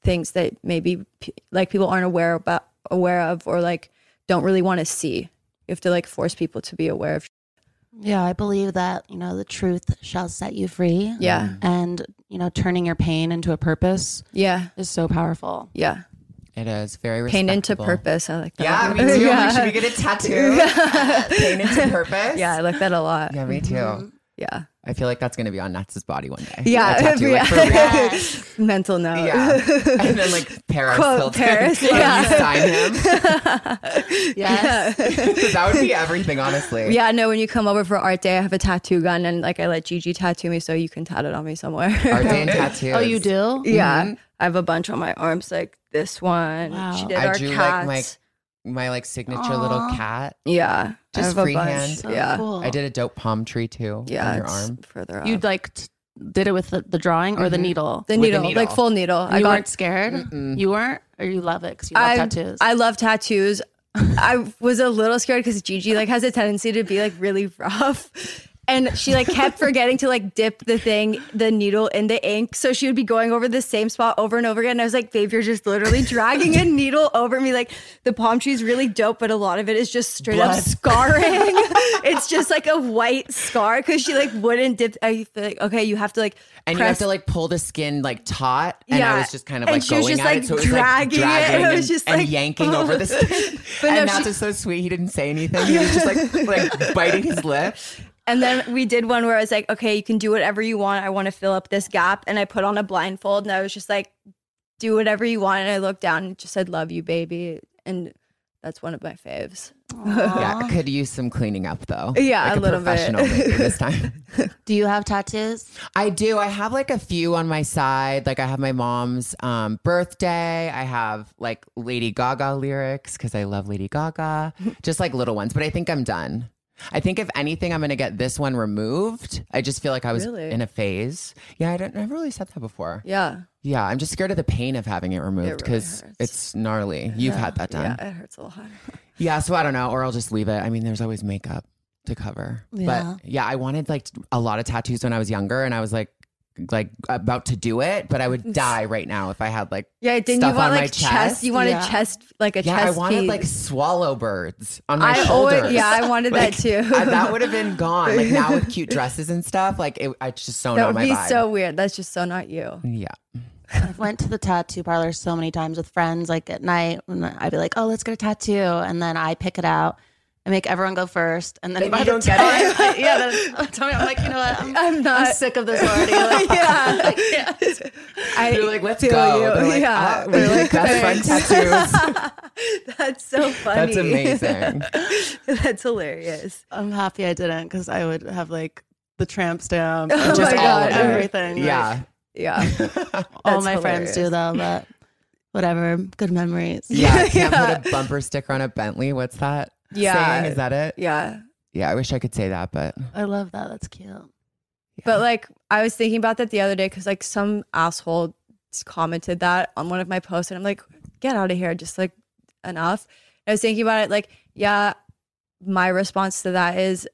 Speaker 3: things that maybe p- like people aren't aware about aware of or like don't really want to see. You have to like force people to be aware of.
Speaker 2: Yeah, I believe that, you know, the truth shall set you free.
Speaker 3: Yeah.
Speaker 2: And, you know, turning your pain into a purpose.
Speaker 3: Yeah.
Speaker 2: Is so powerful.
Speaker 3: Yeah.
Speaker 4: It is very
Speaker 3: Pain into
Speaker 4: respectable.
Speaker 3: purpose. I like that.
Speaker 4: Yeah, me too. Should we get a tattoo? Pain into purpose.
Speaker 3: Yeah, I like that a lot.
Speaker 4: Yeah, me too.
Speaker 2: Mm-hmm.
Speaker 3: Yeah.
Speaker 4: I feel like that's going to be on Nats's body one day.
Speaker 3: Yeah,
Speaker 4: A tattoo, like, for real.
Speaker 3: mental note.
Speaker 4: Yeah. And then like Paris
Speaker 3: Quote
Speaker 4: Hilton.
Speaker 3: Paris,
Speaker 4: Can
Speaker 3: yeah.
Speaker 4: you sign him?
Speaker 3: Yes.
Speaker 4: that would be everything, honestly.
Speaker 3: Yeah, no, when you come over for art day, I have a tattoo gun and like I let Gigi tattoo me so you can tat it on me somewhere.
Speaker 4: Art day and tattoos. Mm-hmm.
Speaker 2: Oh, you do?
Speaker 3: Yeah. I have a bunch on my arms, like this one. She did
Speaker 4: I
Speaker 3: our
Speaker 4: drew
Speaker 3: cats.
Speaker 4: like my my like signature little
Speaker 3: Aw.
Speaker 4: cat.
Speaker 3: yeah. I
Speaker 4: Just
Speaker 3: have a
Speaker 4: freehand.
Speaker 3: bunch. Oh, yeah.
Speaker 2: cool.
Speaker 4: I did a dope palm tree too.
Speaker 3: Yeah.
Speaker 4: On your
Speaker 3: it's
Speaker 4: arm.
Speaker 3: Further up.
Speaker 2: You like t- did it with the, the drawing or the
Speaker 4: Mhm.
Speaker 2: needle?
Speaker 3: the
Speaker 4: with the
Speaker 3: needle,
Speaker 4: needle.
Speaker 3: like full needle.
Speaker 2: You
Speaker 3: I got
Speaker 2: weren't scared?
Speaker 4: Mm-mm.
Speaker 2: You weren't? Or you love it because you love
Speaker 3: I,
Speaker 2: tattoos?
Speaker 3: I love tattoos. I was a little scared because Gigi like has a tendency to be like really rough. And she like kept forgetting to like dip the thing, the needle in the ink. So she would be going over the same spot over and over again. And I was like, babe, you're just literally dragging a needle over me. Like the palm tree's really dope, but a lot of it is just straight up
Speaker 4: Blood.
Speaker 3: scarring. it's just like a white scar because she like wouldn't dip. I feel like, okay, you have to like
Speaker 4: And you have
Speaker 3: press
Speaker 4: to like pull the skin like taut, and I
Speaker 3: Yeah.
Speaker 4: was just kind of
Speaker 3: And
Speaker 4: like
Speaker 3: she
Speaker 4: going
Speaker 3: was just,
Speaker 4: at
Speaker 3: like,
Speaker 4: it, so it was
Speaker 3: dragging it,
Speaker 4: like dragging
Speaker 3: and I was
Speaker 4: and,
Speaker 3: just,
Speaker 4: and
Speaker 3: like,
Speaker 4: yanking over the skin.
Speaker 3: But
Speaker 4: and
Speaker 3: no,
Speaker 4: Nats
Speaker 3: she-
Speaker 4: is so sweet; he didn't say anything. He was just like like biting his lip.
Speaker 3: And then we did one where I was like, okay, you can do whatever you want. I want to fill up this gap. And I put on a blindfold and I was just like, do whatever you want. And I looked down and it just said, love you, baby. And that's one of my faves.
Speaker 4: Yeah, I could use some cleaning up though.
Speaker 3: Yeah,
Speaker 4: like
Speaker 3: a little bit.
Speaker 4: professional maybe this time.
Speaker 2: do you have tattoos?
Speaker 4: I do. I have like a few on my side. Like I have my mom's um, birthday. I have like Lady Gaga lyrics because I love Lady Gaga. Just like little ones. But I think I'm done. I think if anything, I'm gonna get this one removed. I just feel like I was
Speaker 3: Really?
Speaker 4: in a phase. Yeah, I don't. I've really said that before. Yeah,
Speaker 3: Yeah.
Speaker 4: I'm just scared of the pain of having it removed
Speaker 3: really
Speaker 4: because
Speaker 3: hurts.
Speaker 4: it's gnarly. You've had that done.
Speaker 3: Yeah, it hurts a lot.
Speaker 4: Yeah, so I don't know, or I'll just leave it. I mean, there's always makeup to cover.
Speaker 2: Yeah.
Speaker 4: But yeah, I wanted like a lot of tattoos when I was younger, and I was like, like about to do it, but I would die right now if I had like
Speaker 3: Yeah, didn't
Speaker 4: stuff
Speaker 3: you want
Speaker 4: on my
Speaker 3: like chest? You wanted
Speaker 2: Yeah.
Speaker 3: chest, like a
Speaker 4: yeah,
Speaker 3: chest
Speaker 4: I wanted
Speaker 3: piece.
Speaker 4: like swallow birds on my
Speaker 3: I
Speaker 4: shoulders.
Speaker 3: always, yeah, I wanted
Speaker 4: Like,
Speaker 3: that too.
Speaker 4: I- that would have been gone. Like now with cute dresses and stuff, like it, I just so
Speaker 3: That
Speaker 4: know
Speaker 3: would
Speaker 4: my
Speaker 3: be
Speaker 4: vibe.
Speaker 3: so weird. That's just so not you.
Speaker 4: yeah,
Speaker 2: I've went to the tattoo parlor so many times with friends, like at night, and I'd be like, "Oh, let's get a tattoo," and then I pick it out. I make everyone go first, and then if
Speaker 4: you
Speaker 2: I
Speaker 4: don't get
Speaker 2: it, yeah, then tell me, I'm like, you know what, I'm, I'm not sick of this already. Like,
Speaker 3: yeah. I
Speaker 4: they're like, let's
Speaker 3: feel
Speaker 4: go.
Speaker 3: you.
Speaker 4: They're like,
Speaker 3: yeah.
Speaker 4: ah, we
Speaker 3: They're
Speaker 4: like best friend
Speaker 3: thanks.
Speaker 4: tattoos.
Speaker 3: That's so funny.
Speaker 4: That's amazing.
Speaker 3: That's hilarious.
Speaker 2: I'm happy I didn't because I would have like the tramp stamp, and
Speaker 3: Oh
Speaker 2: just
Speaker 3: my
Speaker 2: all
Speaker 3: God.
Speaker 2: of everything. like,
Speaker 4: Yeah.
Speaker 3: Yeah.
Speaker 2: all
Speaker 3: That's
Speaker 2: my friends do though, but whatever. Good memories.
Speaker 4: Yeah, I can't
Speaker 3: Yeah.
Speaker 4: put a bumper sticker on a Bentley. What's that?
Speaker 3: Yeah.
Speaker 4: saying? is that it?
Speaker 3: Yeah.
Speaker 4: Yeah, I wish I could say that, but
Speaker 2: I love that. That's cute.
Speaker 3: But like, I was thinking about that the other day because like some asshole commented that on one of my posts, and I'm like, get out of here, just like enough. And I was thinking about it, like, yeah, my response to that is,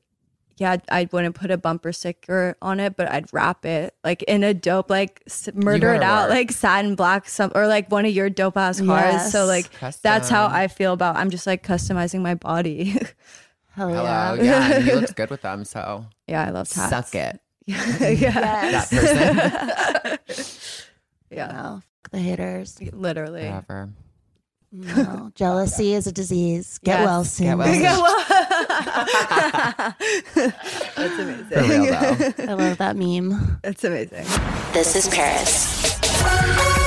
Speaker 3: yeah, I wouldn't put a bumper sticker on it, but I'd wrap it like in a dope, like s- murder
Speaker 4: gotta
Speaker 3: it out,
Speaker 4: work.
Speaker 3: like satin black, some or like one of your dope ass cars. So
Speaker 2: Yes.
Speaker 3: like, that's how
Speaker 4: Custom.
Speaker 3: I feel about. I'm just like customizing my body.
Speaker 2: Hell
Speaker 4: Hello,
Speaker 2: Oh, yeah.
Speaker 4: yeah, and he looks good with them, so
Speaker 3: yeah, I love tats.
Speaker 4: suck it.
Speaker 3: yeah.
Speaker 4: That person,
Speaker 3: yeah.
Speaker 2: No, fuck the haters.
Speaker 3: Literally.
Speaker 4: whatever.
Speaker 2: No, jealousy is a disease. Get
Speaker 3: Yes.
Speaker 2: well soon.
Speaker 4: Get well.
Speaker 3: Yeah, well- That's amazing.
Speaker 4: For real though,
Speaker 2: I love that meme.
Speaker 3: That's amazing.
Speaker 5: This is Paris.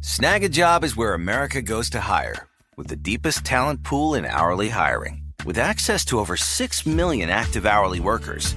Speaker 6: Snag a job is where America goes to hire, with the deepest talent pool in hourly hiring. With access to over 6 million active hourly workers,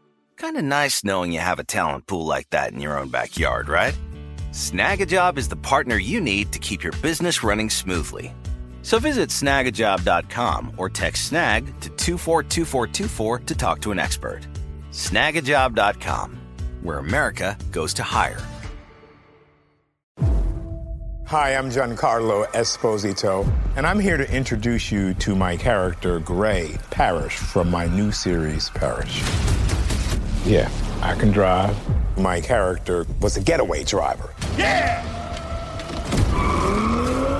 Speaker 6: Kind of nice knowing you have a talent pool like that in your own backyard, right? Snagajob is the partner you need to keep your business running smoothly. So visit snagajob.com or text snag to 242424 to talk to an expert. Snagajob.com, where America goes to hire.
Speaker 7: Hi, I'm Giancarlo Esposito, and I'm here to introduce you to my character, Gray Parish, from my new series, Parish. Yeah, I can drive. My character was a getaway driver.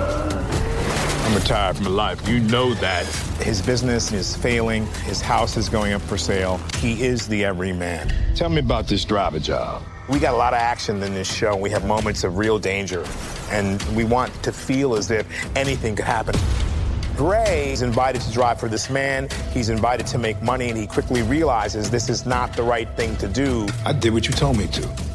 Speaker 9: I'm
Speaker 7: retired from life. You know that. His business is failing. His house is going up for sale. He is the everyman. Tell me about this driver job. We got a lot of action in this show. We have moments of real danger, and we want to feel as if anything could happen. Gray is invited to drive for this man. He's invited to make money, and he quickly realizes this is not the right thing to do. I did what you told me to.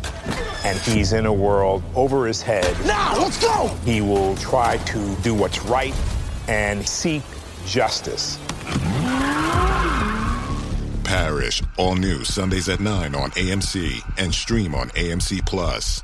Speaker 7: And he's in a world over his head. Now, let's go! He will try to do what's right and seek justice.
Speaker 8: Parish, all new Sundays at 9 on AMC and stream on AMC Plus.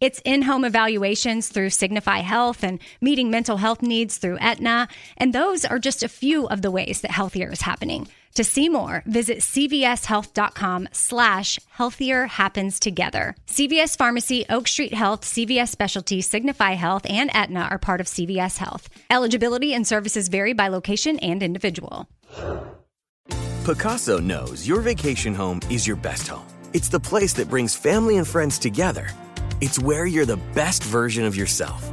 Speaker 10: It's in home evaluations through Signify Health and meeting mental health needs through Aetna. And those are just a few of the ways that Healthier is happening. To see more, visit cvshealth.com slash healthier happens together. CVS Pharmacy, Oak Street Health, CVS Specialty, Signify Health, and Aetna are part of CVS Health. Eligibility and services vary by location and individual.
Speaker 11: Picasso knows your vacation home is your best home. It's the place that brings family and friends together. It's where you're the best version of yourself.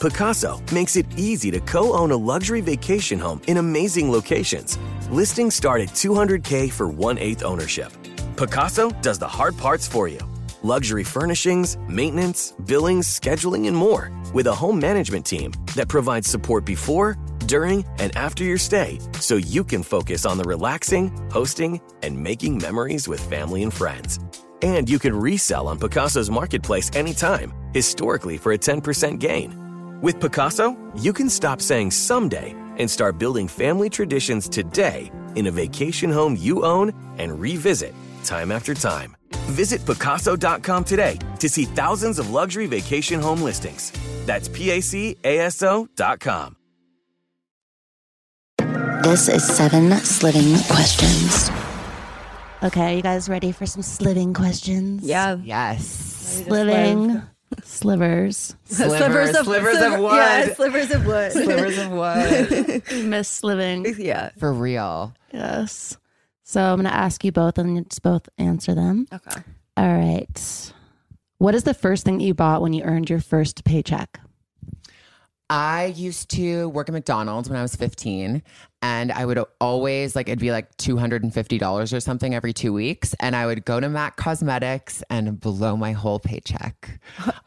Speaker 11: Picasso makes it easy to co own a luxury vacation home in amazing locations. Listings start at 200K for one eighth ownership. Picasso does the hard parts for you luxury furnishings, maintenance, billings, scheduling, and more with a home management team that provides support before, during, and after your stay so you can focus on the relaxing, hosting, and making memories with family and friends. And you can resell on Picasso's marketplace anytime, historically for a 10% gain. With Picasso, you can stop saying someday and start building family traditions today in a vacation home you own and revisit time after time. Visit Picasso.com today to see thousands of luxury vacation home listings. That's PACASO.com.
Speaker 5: This is seven sliving questions. Okay, you guys ready for some sliving questions?
Speaker 3: Yeah.
Speaker 4: Yes.
Speaker 5: Sliving. Slivers.
Speaker 4: Slivers, Slivers of- slivers of sliver- wood. yeah,
Speaker 3: slivers of wood.
Speaker 4: Slivers of wood.
Speaker 2: We miss sliving.
Speaker 3: Yeah.
Speaker 4: For real.
Speaker 2: Yes. So I'm going to ask you both and you just both answer them.
Speaker 3: Okay.
Speaker 2: All right. What is the first thing that you bought when you earned your first paycheck?
Speaker 4: I used to work at McDonald's when I was 15, and I would always like it'd be like $250 or something every two weeks. And I would go to MAC Cosmetics and blow my whole paycheck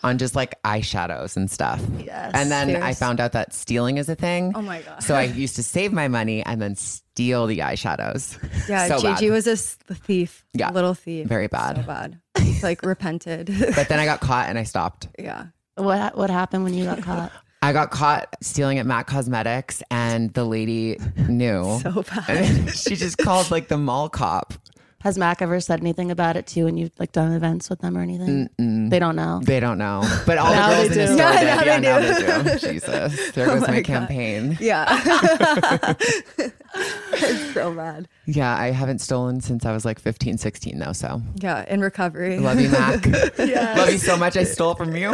Speaker 4: on just like eyeshadows and stuff.
Speaker 3: Yes.
Speaker 4: And then I
Speaker 3: Fierce.
Speaker 4: found out that stealing is a thing.
Speaker 3: Oh my God.
Speaker 4: So I used to save my money and then steal the eyeshadows.
Speaker 3: Yeah,
Speaker 4: so
Speaker 3: Gigi
Speaker 4: bad.
Speaker 3: was a s- thief.
Speaker 4: Yeah.
Speaker 3: A little thief.
Speaker 4: Very bad.
Speaker 3: So bad. He's like repented.
Speaker 4: But then I got caught and I stopped.
Speaker 3: yeah.
Speaker 2: What what happened when you got caught?
Speaker 4: I got caught stealing at Mac Cosmetics, and the lady knew.
Speaker 3: So bad.
Speaker 4: And she just called like the mall cop.
Speaker 2: Has Mac ever said anything about it to you when you've like done events with them or anything?
Speaker 4: Mm-mm.
Speaker 2: They don't know.
Speaker 4: They don't know, but all the
Speaker 2: Now
Speaker 4: girls
Speaker 2: they
Speaker 4: in
Speaker 2: do.
Speaker 4: the store
Speaker 2: Yeah,
Speaker 4: did.
Speaker 2: now
Speaker 4: yeah,
Speaker 2: they
Speaker 4: now
Speaker 2: do.
Speaker 4: they do. Jesus, there
Speaker 3: Oh
Speaker 4: goes
Speaker 3: my
Speaker 4: my,
Speaker 3: God.
Speaker 4: campaign.
Speaker 3: Yeah. it's so bad.
Speaker 4: Yeah, I haven't stolen since I was like 15, 16 though. So
Speaker 3: Yeah. In recovery.
Speaker 4: love you, Mac.
Speaker 3: Yes.
Speaker 4: Love you so much. I stole from you.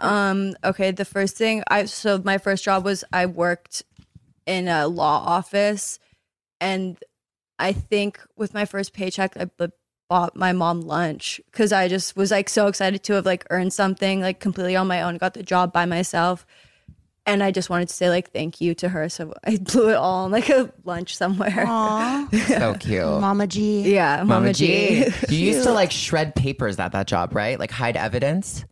Speaker 3: Um, okay, the first thing I so my first job was I worked in a law office and I think with my first paycheck I b- bought my mom lunch cuz I just was like so excited to have like earned something like completely on my own, got the job by myself. And I just wanted to say like thank you to her, so I blew it all on like a lunch somewhere.
Speaker 2: Aw.
Speaker 4: So cute.
Speaker 2: Mama G.
Speaker 3: Yeah, Mama, G.
Speaker 4: You used to like shred papers at that job, right? Like hide evidence.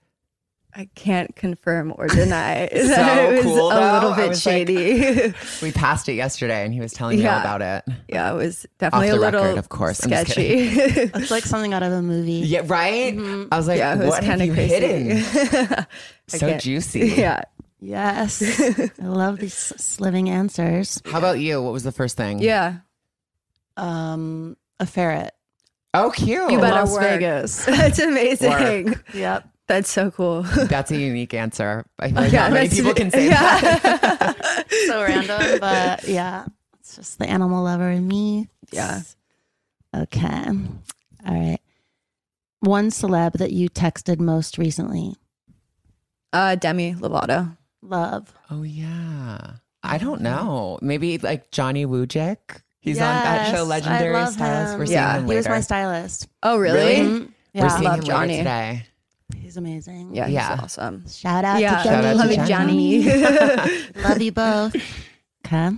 Speaker 3: I can't confirm or deny
Speaker 4: So
Speaker 3: that it was
Speaker 4: cool,
Speaker 3: a
Speaker 4: though.
Speaker 3: little
Speaker 4: I
Speaker 3: bit
Speaker 4: was like-
Speaker 3: shady.
Speaker 4: we passed it yesterday, and he was telling me all
Speaker 3: Yeah.
Speaker 4: about it.
Speaker 3: yeah, it was
Speaker 4: Off
Speaker 3: definitely
Speaker 4: the
Speaker 3: a little
Speaker 4: record, of course. I'm just
Speaker 3: sketchy.
Speaker 4: kidding.
Speaker 2: it's like something out of a movie. Mm-hmm.
Speaker 4: yeah, right. I was like,
Speaker 3: Yeah, it was
Speaker 4: what have
Speaker 3: kinda
Speaker 4: you
Speaker 3: crazy.
Speaker 4: hidden?
Speaker 2: I
Speaker 4: so
Speaker 2: can't-
Speaker 4: juicy.
Speaker 2: Yeah. Yes. I love these sliving answers.
Speaker 4: How about you? What was the first thing?
Speaker 2: Yeah. Um, a ferret.
Speaker 4: Oh, cute.
Speaker 2: You better Las work. Vegas.
Speaker 3: That's amazing.
Speaker 4: Work.
Speaker 2: Yep.
Speaker 3: That's so cool.
Speaker 4: That's a unique answer. I feel like
Speaker 2: Yeah,
Speaker 4: not many
Speaker 2: that's-
Speaker 4: people can say
Speaker 2: yeah.
Speaker 4: that.
Speaker 2: So random, but yeah. It's just the animal lover in me.
Speaker 3: Yeah.
Speaker 2: Okay. All right. One celeb that you texted most recently.
Speaker 3: Uh, Demi Lovato.
Speaker 2: Love.
Speaker 4: Oh yeah. I don't know. Maybe like Johnny Wujek. He's on that
Speaker 2: Yes,
Speaker 4: show,
Speaker 2: I
Speaker 4: Legendary
Speaker 2: love
Speaker 4: Stylist.
Speaker 2: him.
Speaker 4: We're
Speaker 2: Yeah.
Speaker 4: seeing him
Speaker 2: He
Speaker 4: later.
Speaker 2: was my stylist. Mm-hmm.
Speaker 3: Oh, really?
Speaker 4: Really?
Speaker 2: Yeah.
Speaker 4: We're seeing
Speaker 2: Love
Speaker 4: him
Speaker 2: Johnny.
Speaker 4: later today.
Speaker 2: He's amazing.
Speaker 3: Yeah,
Speaker 4: Yeah.
Speaker 3: he's awesome.
Speaker 2: Shout out to
Speaker 3: Yeah. Shout
Speaker 2: Johnny.
Speaker 3: out to Love Johnny. Johnny.
Speaker 2: love you both. Okay.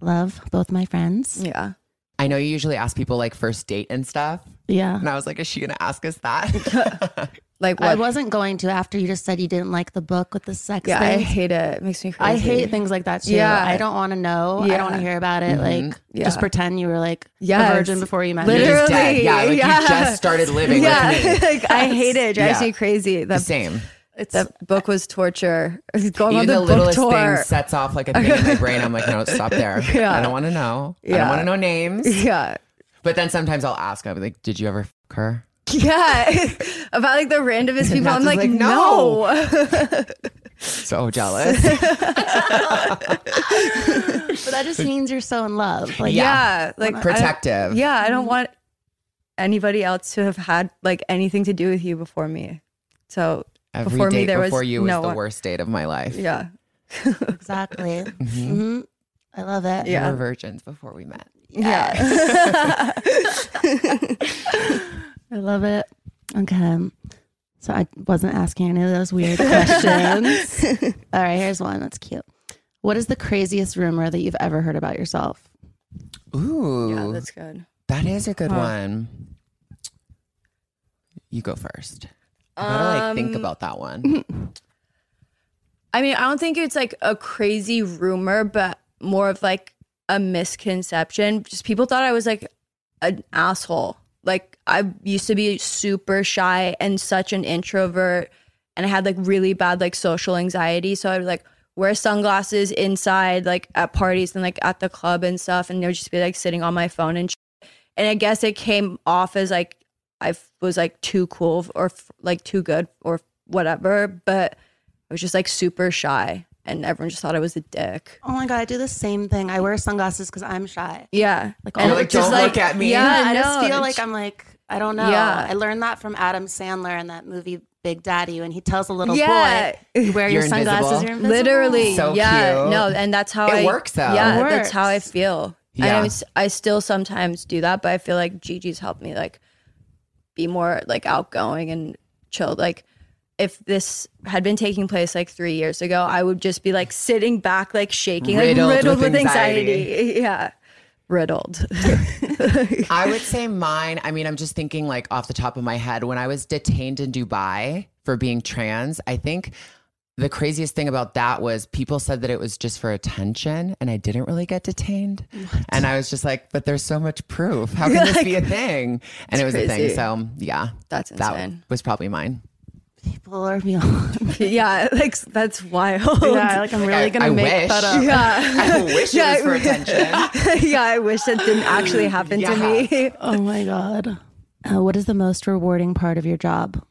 Speaker 2: Love both my friends.
Speaker 3: Yeah.
Speaker 4: I know you usually ask people like first date and stuff.
Speaker 2: Yeah.
Speaker 4: And I was like, is she gonna ask us that?
Speaker 3: Like
Speaker 2: I
Speaker 3: what?
Speaker 2: wasn't going to after you just said you didn't like the book with the sex
Speaker 3: yeah, I
Speaker 2: thing.
Speaker 3: hate it. It makes me crazy.
Speaker 2: I hate things like that too.
Speaker 3: Yeah.
Speaker 2: I don't want to know. I
Speaker 3: Yeah. Mm-hmm.
Speaker 2: don't want to hear about it.
Speaker 4: Mhm.
Speaker 2: Like,
Speaker 3: Yeah.
Speaker 2: just pretend you were like
Speaker 3: Yes.
Speaker 2: a virgin before you met
Speaker 4: You're
Speaker 2: me.
Speaker 4: just dead.
Speaker 3: Literally,
Speaker 4: Yeah, like you
Speaker 3: yeah.
Speaker 4: just started living
Speaker 3: Yeah,
Speaker 4: with me.
Speaker 3: like I hate it. It drives
Speaker 4: Yeah.
Speaker 3: me crazy.
Speaker 4: The
Speaker 3: That
Speaker 4: same.
Speaker 2: It's
Speaker 3: that book was torture. Going
Speaker 4: Even
Speaker 3: on
Speaker 4: the,
Speaker 3: the, book
Speaker 4: littlest
Speaker 3: tour.
Speaker 4: thing sets off like a thing in my brain. I'm like, no, stop there.
Speaker 3: Yeah.
Speaker 4: I don't want to know. I don't
Speaker 3: Yeah.
Speaker 4: want to know names.
Speaker 3: yeah.
Speaker 4: But then sometimes I'll ask. I'll be like, did you ever fuck her?
Speaker 3: Yeah. About like the randomest people. I'm
Speaker 4: Matt's just
Speaker 3: like,
Speaker 4: like,
Speaker 3: no.
Speaker 4: no. So jealous.
Speaker 2: but that just means you're so in love. Like,
Speaker 3: yeah. Like I-
Speaker 4: Protective.
Speaker 3: yeah. I don't want anybody else to have had like anything to do with you before me. So
Speaker 4: Every
Speaker 3: before
Speaker 4: date
Speaker 3: me, there
Speaker 4: before
Speaker 3: was
Speaker 4: you was
Speaker 3: no
Speaker 4: the
Speaker 3: one-
Speaker 4: worst date of my life.
Speaker 3: Yeah.
Speaker 2: exactly.
Speaker 4: Mhm.
Speaker 2: hmm I love it.
Speaker 3: Mm-hmm.
Speaker 4: We
Speaker 3: Yeah.
Speaker 4: were virgins before we met.
Speaker 3: Yeah.
Speaker 2: I love it. Okay. So I wasn't asking any of those weird questions. All right, here's one that's cute. What is the craziest rumor that you've ever heard about yourself?
Speaker 4: Ooh,
Speaker 3: yeah. That's good.
Speaker 4: that is a good
Speaker 3: Huh.
Speaker 4: one. You go first. I gotta like think
Speaker 3: Um,
Speaker 4: about that one.
Speaker 3: I mean, I don't think it's like a crazy rumor, but more of like a misconception. Just people thought I was like an asshole. Like I used to be super shy and such an introvert, and I had like really bad like social anxiety. So I would like wear sunglasses inside, like at parties and like at the club and stuff, and they would just be like sitting on my phone and. sh- And I guess it came off as like I f- was like too cool or f- like too good or whatever, but I was just like super shy and everyone just thought I was a dick.
Speaker 2: Oh my god, I do the same thing. I wear sunglasses because I'm shy.
Speaker 3: Yeah.
Speaker 2: Like,
Speaker 3: And
Speaker 2: oh,
Speaker 3: it
Speaker 4: don't look at me.
Speaker 3: Yeah,
Speaker 2: I just
Speaker 3: no,
Speaker 2: feel
Speaker 3: it's-
Speaker 2: like I'm like I don't know.
Speaker 3: Yeah.
Speaker 2: I learned that from Adam Sandler in that movie Big Daddy when he tells a little
Speaker 3: Yeah.
Speaker 2: boy, "You wear your
Speaker 4: You're
Speaker 2: sunglasses,
Speaker 4: invisible."
Speaker 2: you're invisible."
Speaker 3: literally.
Speaker 4: So
Speaker 3: yeah.
Speaker 4: cute.
Speaker 3: No, and that's how
Speaker 4: It
Speaker 3: I
Speaker 4: works, though.
Speaker 3: Yeah,
Speaker 2: It
Speaker 3: that's how I
Speaker 2: works.
Speaker 3: feel. And
Speaker 4: Yeah.
Speaker 3: I'm, s- I still sometimes do that, but I feel like Gigi's helped me like be more like outgoing and chilled. Like if this had been taking place like three years ago, I would just be like sitting back, like shaking,
Speaker 4: Riddled
Speaker 3: like riddled
Speaker 4: with
Speaker 3: with anxiety. Yeah. Riddled.
Speaker 4: I would say mine. I mean, I'm just thinking like off the top of my head. When I was detained in Dubai for being trans, I think the craziest thing about that was people said that it was just for attention, and I didn't really get detained. And I was just like, but there's so much proof. How can this be a thing? And it was a thing.
Speaker 3: crazy.
Speaker 4: So yeah,
Speaker 3: That's
Speaker 4: that
Speaker 3: insane.
Speaker 4: was probably mine.
Speaker 2: People are beyond.
Speaker 3: yeah, like that's wild.
Speaker 2: yeah, like I'm really
Speaker 4: I-
Speaker 2: gonna
Speaker 4: I
Speaker 2: make
Speaker 4: wish.
Speaker 2: that up.
Speaker 3: Yeah.
Speaker 4: I wish it was for attention.
Speaker 3: yeah, I wish that didn't actually happen to me.
Speaker 2: Oh my god. Uh, what is the most rewarding part of your job?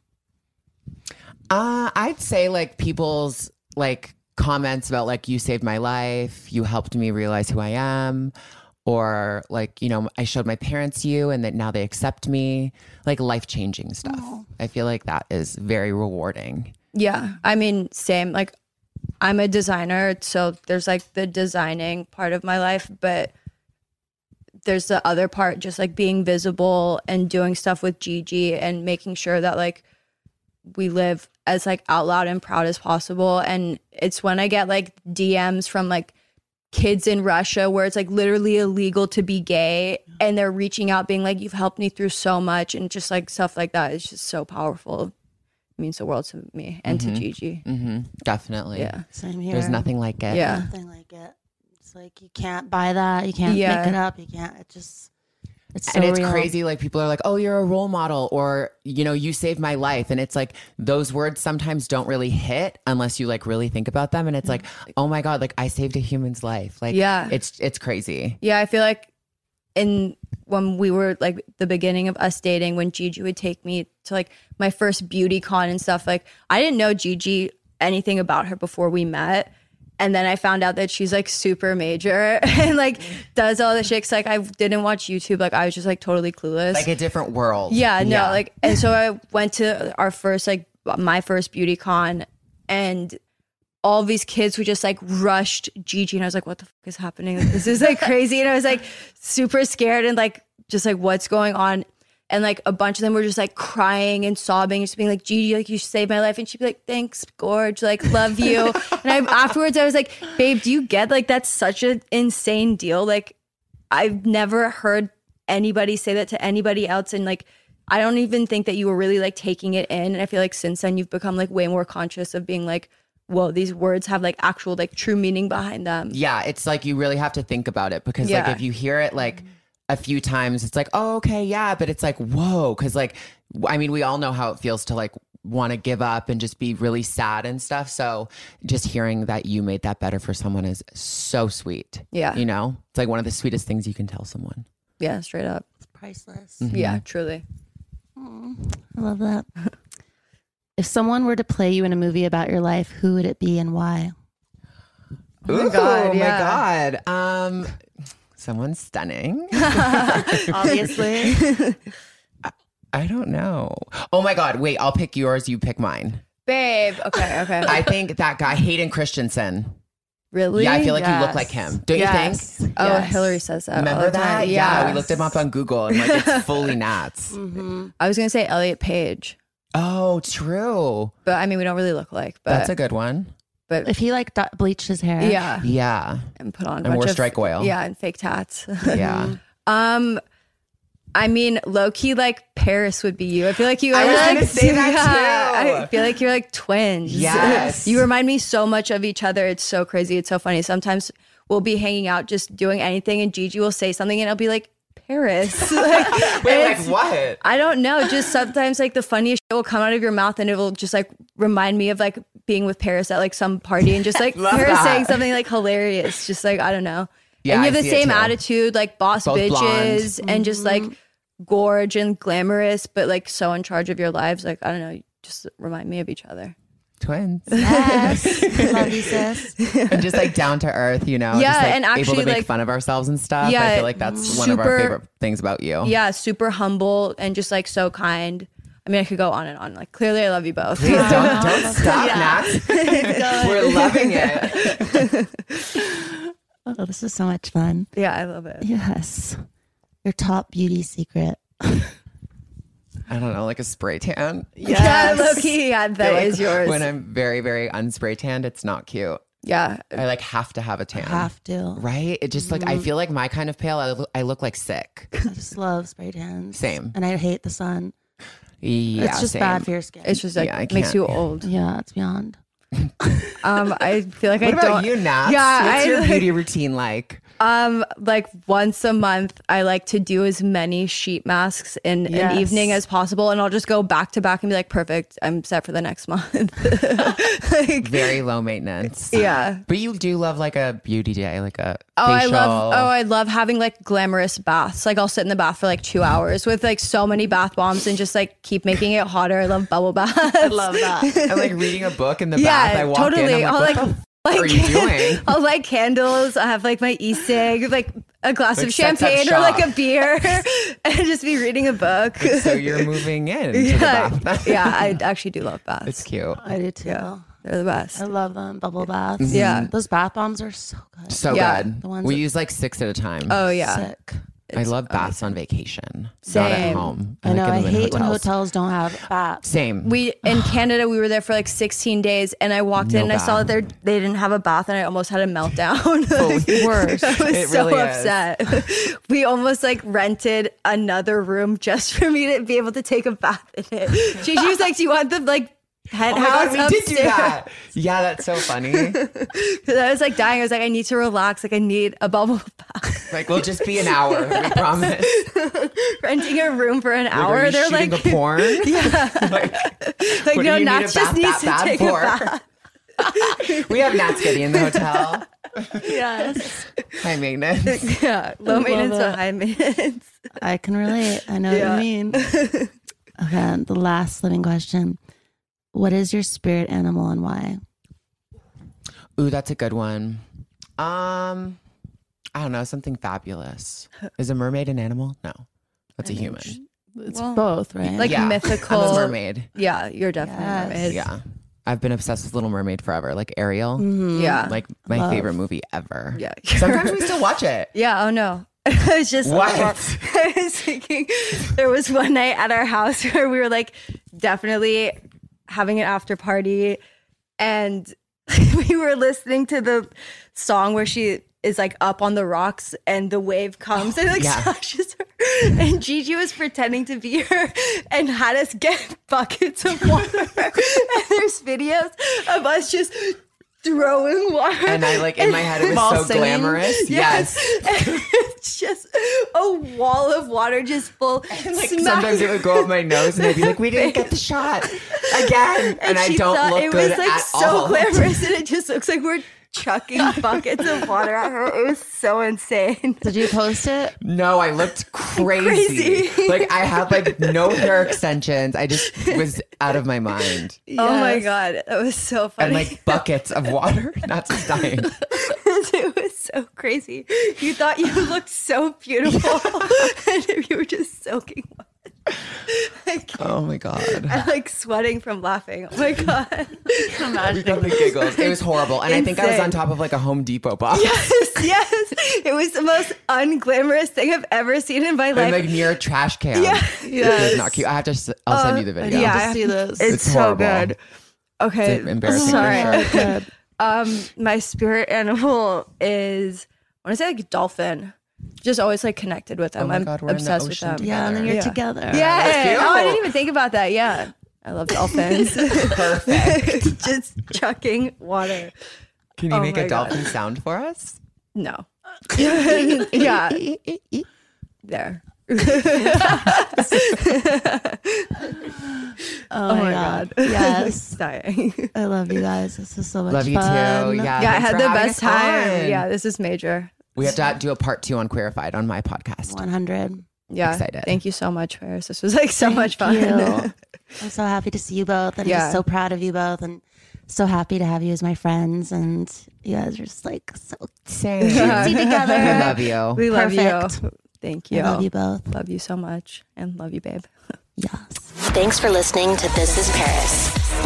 Speaker 4: Uh, I'd say like people's like comments about like you saved my life, you helped me realize who I am, or like you know I showed my parents you, and that now they accept me. Like life changing stuff.
Speaker 3: Oh.
Speaker 4: I feel like that is very rewarding.
Speaker 3: Yeah. I mean, same. Like I'm a designer, so there's like the designing part of my life, but there's the other part just like being visible and doing stuff with Gigi and making sure that like we live as like out loud and proud as possible and it's when I get like DMs from like kids in Russia where it's like literally illegal to be gay and they're reaching out being like you've helped me through so much and just like stuff like that it's just so powerful means the world to me and to Gigi.
Speaker 4: hmm Definitely.
Speaker 3: Yeah.
Speaker 5: Same
Speaker 4: There's
Speaker 5: here.
Speaker 4: nothing like it.
Speaker 3: Yeah.
Speaker 5: Nothing like it. It's like you can't buy that. You can't
Speaker 3: Yeah.
Speaker 5: pick it up. You can't. It just. It's so
Speaker 4: and it's
Speaker 5: real.
Speaker 4: crazy. Like people are like, "Oh, you're a role model," or you know, "You saved my life," and it's like those words sometimes don't really hit unless you like really think about them. And it's like, "Oh my god, like I saved a human's life." Like,
Speaker 3: Yeah.
Speaker 4: it's it's crazy.
Speaker 3: Yeah, I feel like in when we were like the beginning of us dating, when Gigi would take me to like my first beauty con and stuff, like I didn't know Gigi anything about her before we met. And then I found out that she's like super major and like does all the shakes. Like I didn't watch YouTube. Like I was just like totally clueless.
Speaker 4: Like a different world.
Speaker 3: Yeah, no, like, and so I went to our first, like, my first beauty con, and all these kids were just like rushed Gigi, and I was like, "What the fuck is happening? Like, this is like crazy," and I was like super scared and like just like what's going on, and like a bunch of them were just like crying and sobbing, and just being like, "Gigi, like you saved my life," and she'd be like, "Thanks, Gorge, like love you," and I afterwards I was like, "Babe, do you get like that's such an insane deal? Like, I've never heard." anybody say that to anybody else and like I don't even think that you were really like taking it in. And I feel like since then you've become like way more conscious of being like, whoa, these words have like actual like true meaning behind them.
Speaker 4: Yeah, it's like you really have to think about it because
Speaker 3: Yeah.
Speaker 4: like if you hear it like a few times, it's like, oh, okay, yeah, but it's like, whoa, because like, w- I mean, we all know how it feels to like want to give up and just be really sad and stuff. So just hearing that you made that better for someone is so sweet.
Speaker 3: Yeah.
Speaker 4: you know, it's like one of the sweetest things you can tell someone.
Speaker 3: Yeah, straight up.
Speaker 5: It's priceless.
Speaker 4: Mm-hmm.
Speaker 3: Yeah, truly.
Speaker 5: I love that. if someone were to play you in a movie about your life, who would it be and why?
Speaker 4: Oh
Speaker 3: my God, yeah.
Speaker 4: my god. Um, someone stunning.
Speaker 5: Obviously.
Speaker 4: I don't know. Oh my god. Wait, I'll pick yours. You pick mine.
Speaker 3: Babe. Okay, okay.
Speaker 4: I think that guy Hayden Christensen.
Speaker 3: really?
Speaker 4: Yeah, I feel like you look like him. Don't you think?
Speaker 3: Oh, Hillary says that. all
Speaker 4: Remember
Speaker 3: the time.
Speaker 4: that? Yeah. we looked him up on Google and like it's fully Nats.
Speaker 3: Mm-hmm. I was gonna say Elliot Page,
Speaker 4: Oh, true.
Speaker 3: but I mean we don't really look like. But
Speaker 4: That's a good one.
Speaker 3: but
Speaker 5: if he like do- bleached his hair.
Speaker 3: yeah,
Speaker 4: Yeah.
Speaker 3: and put on a
Speaker 4: And
Speaker 3: bunch
Speaker 4: wore
Speaker 3: of
Speaker 4: strike oil.
Speaker 3: Yeah, and fake tats.
Speaker 4: Yeah.
Speaker 3: um. I mean, low key, like Paris would be you. I feel like you.
Speaker 4: I
Speaker 3: are,
Speaker 4: was
Speaker 3: like,
Speaker 4: gonna say
Speaker 3: Yeah,
Speaker 4: that, too.
Speaker 3: I feel like you're like twins.
Speaker 4: Yes.
Speaker 3: you remind me so much of each other. It's so crazy. It's so funny. Sometimes we'll be hanging out, just doing anything, and Gigi will say something, and I'll be like, Paris. like,
Speaker 4: Wait,
Speaker 3: it's-
Speaker 4: like what?
Speaker 3: I don't know. Just sometimes, like the funniest shit will come out of your mouth, and it'll just like remind me of like being with Paris at like some party, and just like
Speaker 4: Love
Speaker 3: Paris
Speaker 4: that.
Speaker 3: saying something like hilarious. Just like I don't know.
Speaker 4: Yeah,
Speaker 3: and
Speaker 4: I
Speaker 3: you have the
Speaker 4: see it
Speaker 3: same
Speaker 4: too.
Speaker 3: attitude, like boss
Speaker 4: Both Mm-hmm.
Speaker 3: bitches, and just like gorge and glamorous, but like so in charge of your lives. Like I don't know. Just remind me of each other.
Speaker 4: Twins.
Speaker 5: Yes. love you, sis.
Speaker 4: and just like down to earth, you know?
Speaker 3: Yeah,
Speaker 4: just, like,
Speaker 3: and
Speaker 4: able
Speaker 3: actually,
Speaker 4: to make
Speaker 3: like-
Speaker 4: fun of ourselves and stuff.
Speaker 3: Yeah,
Speaker 4: I feel like that's one of our
Speaker 3: super-
Speaker 4: favorite things about you.
Speaker 3: Yeah, super humble and just like so kind. I mean, I could go on and on. Like clearly, I love you both.
Speaker 4: Please don't, don't stop, Nats. We're loving it.
Speaker 5: Oh, this is so much fun.
Speaker 3: yeah, I love it.
Speaker 5: Yes. Your top beauty secret.
Speaker 4: I don't know, like a spray tan.
Speaker 3: Yeah, low key. Yeah,
Speaker 4: I feel
Speaker 3: that
Speaker 4: like
Speaker 3: is yours.
Speaker 4: When I'm very, very unspray tanned, it's not cute.
Speaker 3: yeah,
Speaker 4: I like have to have a tan.
Speaker 5: Have to. Mm-hmm.
Speaker 4: Right? It just like I feel like my kind of pale. I look, I look like sick.
Speaker 5: I just love spray tans.
Speaker 3: Mm.
Speaker 4: Same.
Speaker 5: And I hate the sun.
Speaker 4: Yeah,
Speaker 5: it's just
Speaker 4: same.
Speaker 5: bad for your skin.
Speaker 3: it's just like
Speaker 4: Yeah, I
Speaker 3: makes
Speaker 4: can't-
Speaker 3: you old.
Speaker 5: yeah, it's beyond.
Speaker 3: Um, I feel like
Speaker 4: What
Speaker 3: I
Speaker 4: about
Speaker 3: don't.
Speaker 4: you, Nat?
Speaker 3: Yeah,
Speaker 4: what's
Speaker 3: I,
Speaker 4: your
Speaker 3: like-
Speaker 4: beauty routine like?
Speaker 3: Um, like once a month, I like to do as many sheet masks in
Speaker 5: Yes.
Speaker 3: an evening as possible, and I'll just go back to back and be like, perfect. I'm set for the next month. Like,
Speaker 4: Very low maintenance.
Speaker 3: yeah.
Speaker 4: But you do love like a beauty day, like a
Speaker 3: Oh,
Speaker 4: facial.
Speaker 3: I love. Oh, I love having like glamorous baths. Like I'll sit in the bath for like two hours with like so many bath bombs and just like keep making it hotter. I love bubble baths. I love that.
Speaker 4: I'm like reading a book in the
Speaker 3: yeah,
Speaker 4: bath. I walk
Speaker 3: totally.
Speaker 4: in. I'm like,
Speaker 3: I'll like.
Speaker 4: what the f-
Speaker 3: like
Speaker 4: are you doing?
Speaker 3: I'll light candles. I have like my e-cig, like a glass
Speaker 4: Like,
Speaker 3: of
Speaker 4: sets up
Speaker 3: champagne or like a
Speaker 4: shop.
Speaker 3: beer, and just be reading a book.
Speaker 4: so you're moving in to
Speaker 3: yeah,
Speaker 4: the bath.
Speaker 3: yeah. I actually do love baths.
Speaker 4: it's cute. Mm-hmm.
Speaker 5: I do too.
Speaker 3: Yeah, they're the best.
Speaker 5: I love
Speaker 2: um,
Speaker 5: them. Bubble baths.
Speaker 3: Yeah.
Speaker 5: Those bath bombs are so good.
Speaker 4: So
Speaker 3: Yeah,
Speaker 4: good.
Speaker 5: the ones
Speaker 4: we
Speaker 5: that-
Speaker 4: use like six at a time.
Speaker 3: Oh yeah,
Speaker 5: Sick.
Speaker 4: I love baths on vacation, not at
Speaker 3: Same.
Speaker 4: home.
Speaker 5: I know.
Speaker 4: like
Speaker 5: I
Speaker 4: them in
Speaker 5: hate when hotels don't have baths.
Speaker 4: Same.
Speaker 3: we in Canada we were there for like 16 days, and I walked in
Speaker 4: No
Speaker 3: and I saw that
Speaker 4: bath.
Speaker 3: they they didn't have a bath, and I almost had a meltdown. Like,
Speaker 4: Oh, worse.
Speaker 3: I was
Speaker 4: It
Speaker 3: so
Speaker 4: really is.
Speaker 3: upset. we almost like rented another room just for me to be able to take a bath in it. She, she was like, "Do you want the like?" penthouse
Speaker 4: oh my God, we
Speaker 3: upstairs.
Speaker 4: did do that. Yeah, that's so funny.
Speaker 3: Because I was like dying. I was like, I need to relax. Like I need a bubble.
Speaker 4: like we'll just be an hour. We promise.
Speaker 3: Renting a room for an hour.
Speaker 4: are you
Speaker 3: They're
Speaker 4: shooting
Speaker 3: like
Speaker 4: a porn?
Speaker 3: yeah. like,
Speaker 4: What do
Speaker 3: no,
Speaker 4: you need
Speaker 3: Nats
Speaker 4: a
Speaker 3: just
Speaker 4: bath
Speaker 3: needs
Speaker 4: that
Speaker 3: to
Speaker 4: bad
Speaker 3: take
Speaker 4: for?
Speaker 3: a bath.
Speaker 4: we have Nats Getty in the hotel.
Speaker 3: yes.
Speaker 4: High maintenance.
Speaker 3: Yeah. Low
Speaker 2: Love
Speaker 3: maintenance to
Speaker 2: it.
Speaker 3: high maintenance.
Speaker 2: I can relate. I know
Speaker 3: Yeah.
Speaker 2: what you mean. Okay, the last living question. What is your spirit animal and why?
Speaker 4: Ooh, that's a good one. Um, I don't know. Something fabulous. Is a mermaid an animal? No, that's a human.
Speaker 2: It's
Speaker 3: Well,
Speaker 2: both, right?
Speaker 3: Like
Speaker 4: Yeah, I'm a
Speaker 3: mythical.
Speaker 4: mermaid.
Speaker 3: Yeah, you're definitely
Speaker 2: Yes.
Speaker 3: a mermaid.
Speaker 4: Yeah, I've been obsessed with Little Mermaid forever. Like Ariel,
Speaker 2: Mhm.
Speaker 3: Yeah.
Speaker 4: like my
Speaker 2: Love.
Speaker 4: favorite movie ever.
Speaker 3: Yeah.
Speaker 4: Sometimes we still watch it.
Speaker 3: Yeah. Oh no. I was just
Speaker 4: What?
Speaker 3: I was thinking there was one night at our house where we were like definitely having an after party and we were listening to the song where she is like up on the rocks and the wave comes and like
Speaker 4: yeah.
Speaker 3: slashes her and Gigi was pretending to be her and had us get buckets of water and there's videos of us just throwing water
Speaker 4: And I like in my head it
Speaker 2: While
Speaker 4: was so
Speaker 2: singing?
Speaker 4: glamorous. Yes.
Speaker 3: and it's just a wall of water just full.
Speaker 4: Like
Speaker 3: smack-
Speaker 4: sometimes it would go up my nose and I'd be like, we didn't get the shot again. And, I
Speaker 3: she
Speaker 4: don't
Speaker 3: thought
Speaker 4: look
Speaker 3: it
Speaker 4: good
Speaker 3: was like
Speaker 4: at
Speaker 3: so
Speaker 4: all.
Speaker 3: glamorous, and it just looks like we're chucking buckets of water at her. It was so insane.
Speaker 2: Did you post it?
Speaker 4: No, I looked crazy.
Speaker 3: Crazy.
Speaker 4: like I had like no hair extensions. I just was out of my mind.
Speaker 3: Oh my
Speaker 2: Yes.
Speaker 3: god, that was so funny.
Speaker 4: And like buckets of water. Not just dying.
Speaker 3: it was so crazy. You thought you looked so beautiful, and you were just soaking. wet. I can't-
Speaker 4: Oh my god.
Speaker 3: I'm like sweating from laughing. Oh my god!
Speaker 4: We got the giggles. It was horrible. And I think I was
Speaker 3: Insane.
Speaker 4: on top of like a Home Depot box.
Speaker 3: Yes, yes. It was the most unglamorous thing I've ever seen in my
Speaker 4: And
Speaker 3: life.
Speaker 4: like near a trash can.
Speaker 3: Yeah.
Speaker 4: It
Speaker 3: Yes. Uh,
Speaker 4: was not cute. I have to, s- I'll send you the
Speaker 2: Uh, I
Speaker 4: video.
Speaker 2: need
Speaker 3: Yeah,
Speaker 2: to see this.
Speaker 3: it's,
Speaker 4: It's
Speaker 3: so
Speaker 4: horrible.
Speaker 3: good. Okay.
Speaker 4: It's embarrassing
Speaker 3: Sorry.
Speaker 4: for sure.
Speaker 2: Good.
Speaker 3: Um, my spirit animal is I want to say like dolphin. Just always like connected with them.
Speaker 4: Oh my
Speaker 3: I'm
Speaker 4: God, we're in the
Speaker 3: obsessed with
Speaker 4: ocean
Speaker 3: them.
Speaker 4: together.
Speaker 2: Yeah, and then you're
Speaker 3: Yeah.
Speaker 2: together.
Speaker 3: Yeah.
Speaker 4: cute.
Speaker 3: Oh, I didn't even think about that. Yeah. I love dolphins. Perfect. Just chucking water.
Speaker 4: Can you
Speaker 3: Oh
Speaker 4: make
Speaker 3: my
Speaker 4: a
Speaker 3: God.
Speaker 4: dolphin sound for us?
Speaker 3: No. yeah. There.
Speaker 2: Oh, my god. Yes.
Speaker 3: Dying.
Speaker 2: I love you guys. This is so much
Speaker 4: Love you
Speaker 2: fun.
Speaker 4: too. Yeah.
Speaker 3: Yeah, I
Speaker 4: thanks
Speaker 3: had
Speaker 4: for
Speaker 3: the
Speaker 4: having
Speaker 3: best
Speaker 4: us on.
Speaker 3: time. Yeah, this is major.
Speaker 4: We have to do a part two on Queerified on my podcast.
Speaker 2: 100.
Speaker 3: Yeah.
Speaker 4: Excited.
Speaker 3: Thank you so much, Paris. This was like so much fun.
Speaker 2: Thank you. I'm so happy to see you both. and
Speaker 3: Yeah.
Speaker 2: just so proud of you both and so happy to have you as my friends. And you guys are just like so
Speaker 4: Same.
Speaker 2: cutesy together.
Speaker 4: We love you.
Speaker 3: we love you.
Speaker 2: Perfect.
Speaker 3: Thank
Speaker 2: I
Speaker 3: you.
Speaker 2: love you both.
Speaker 3: Love you so much and love you, babe.
Speaker 2: Yes.
Speaker 5: Thanks for listening to This is Paris.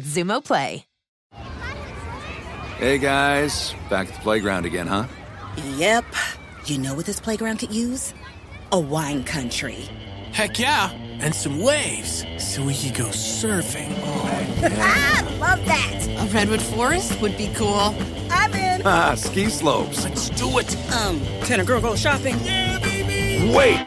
Speaker 12: Zumo Play.
Speaker 6: Hey guys, back at the playground again, huh?
Speaker 13: Yep. You know what this playground could use? A wine country.
Speaker 9: Heck yeah, and some waves so we could go surfing.
Speaker 13: Ah, Love that. A redwood forest would be cool. I'm in.
Speaker 6: Ah, ski slopes.
Speaker 9: Let's do it.
Speaker 13: Um, can a girl go shopping?
Speaker 6: Wait!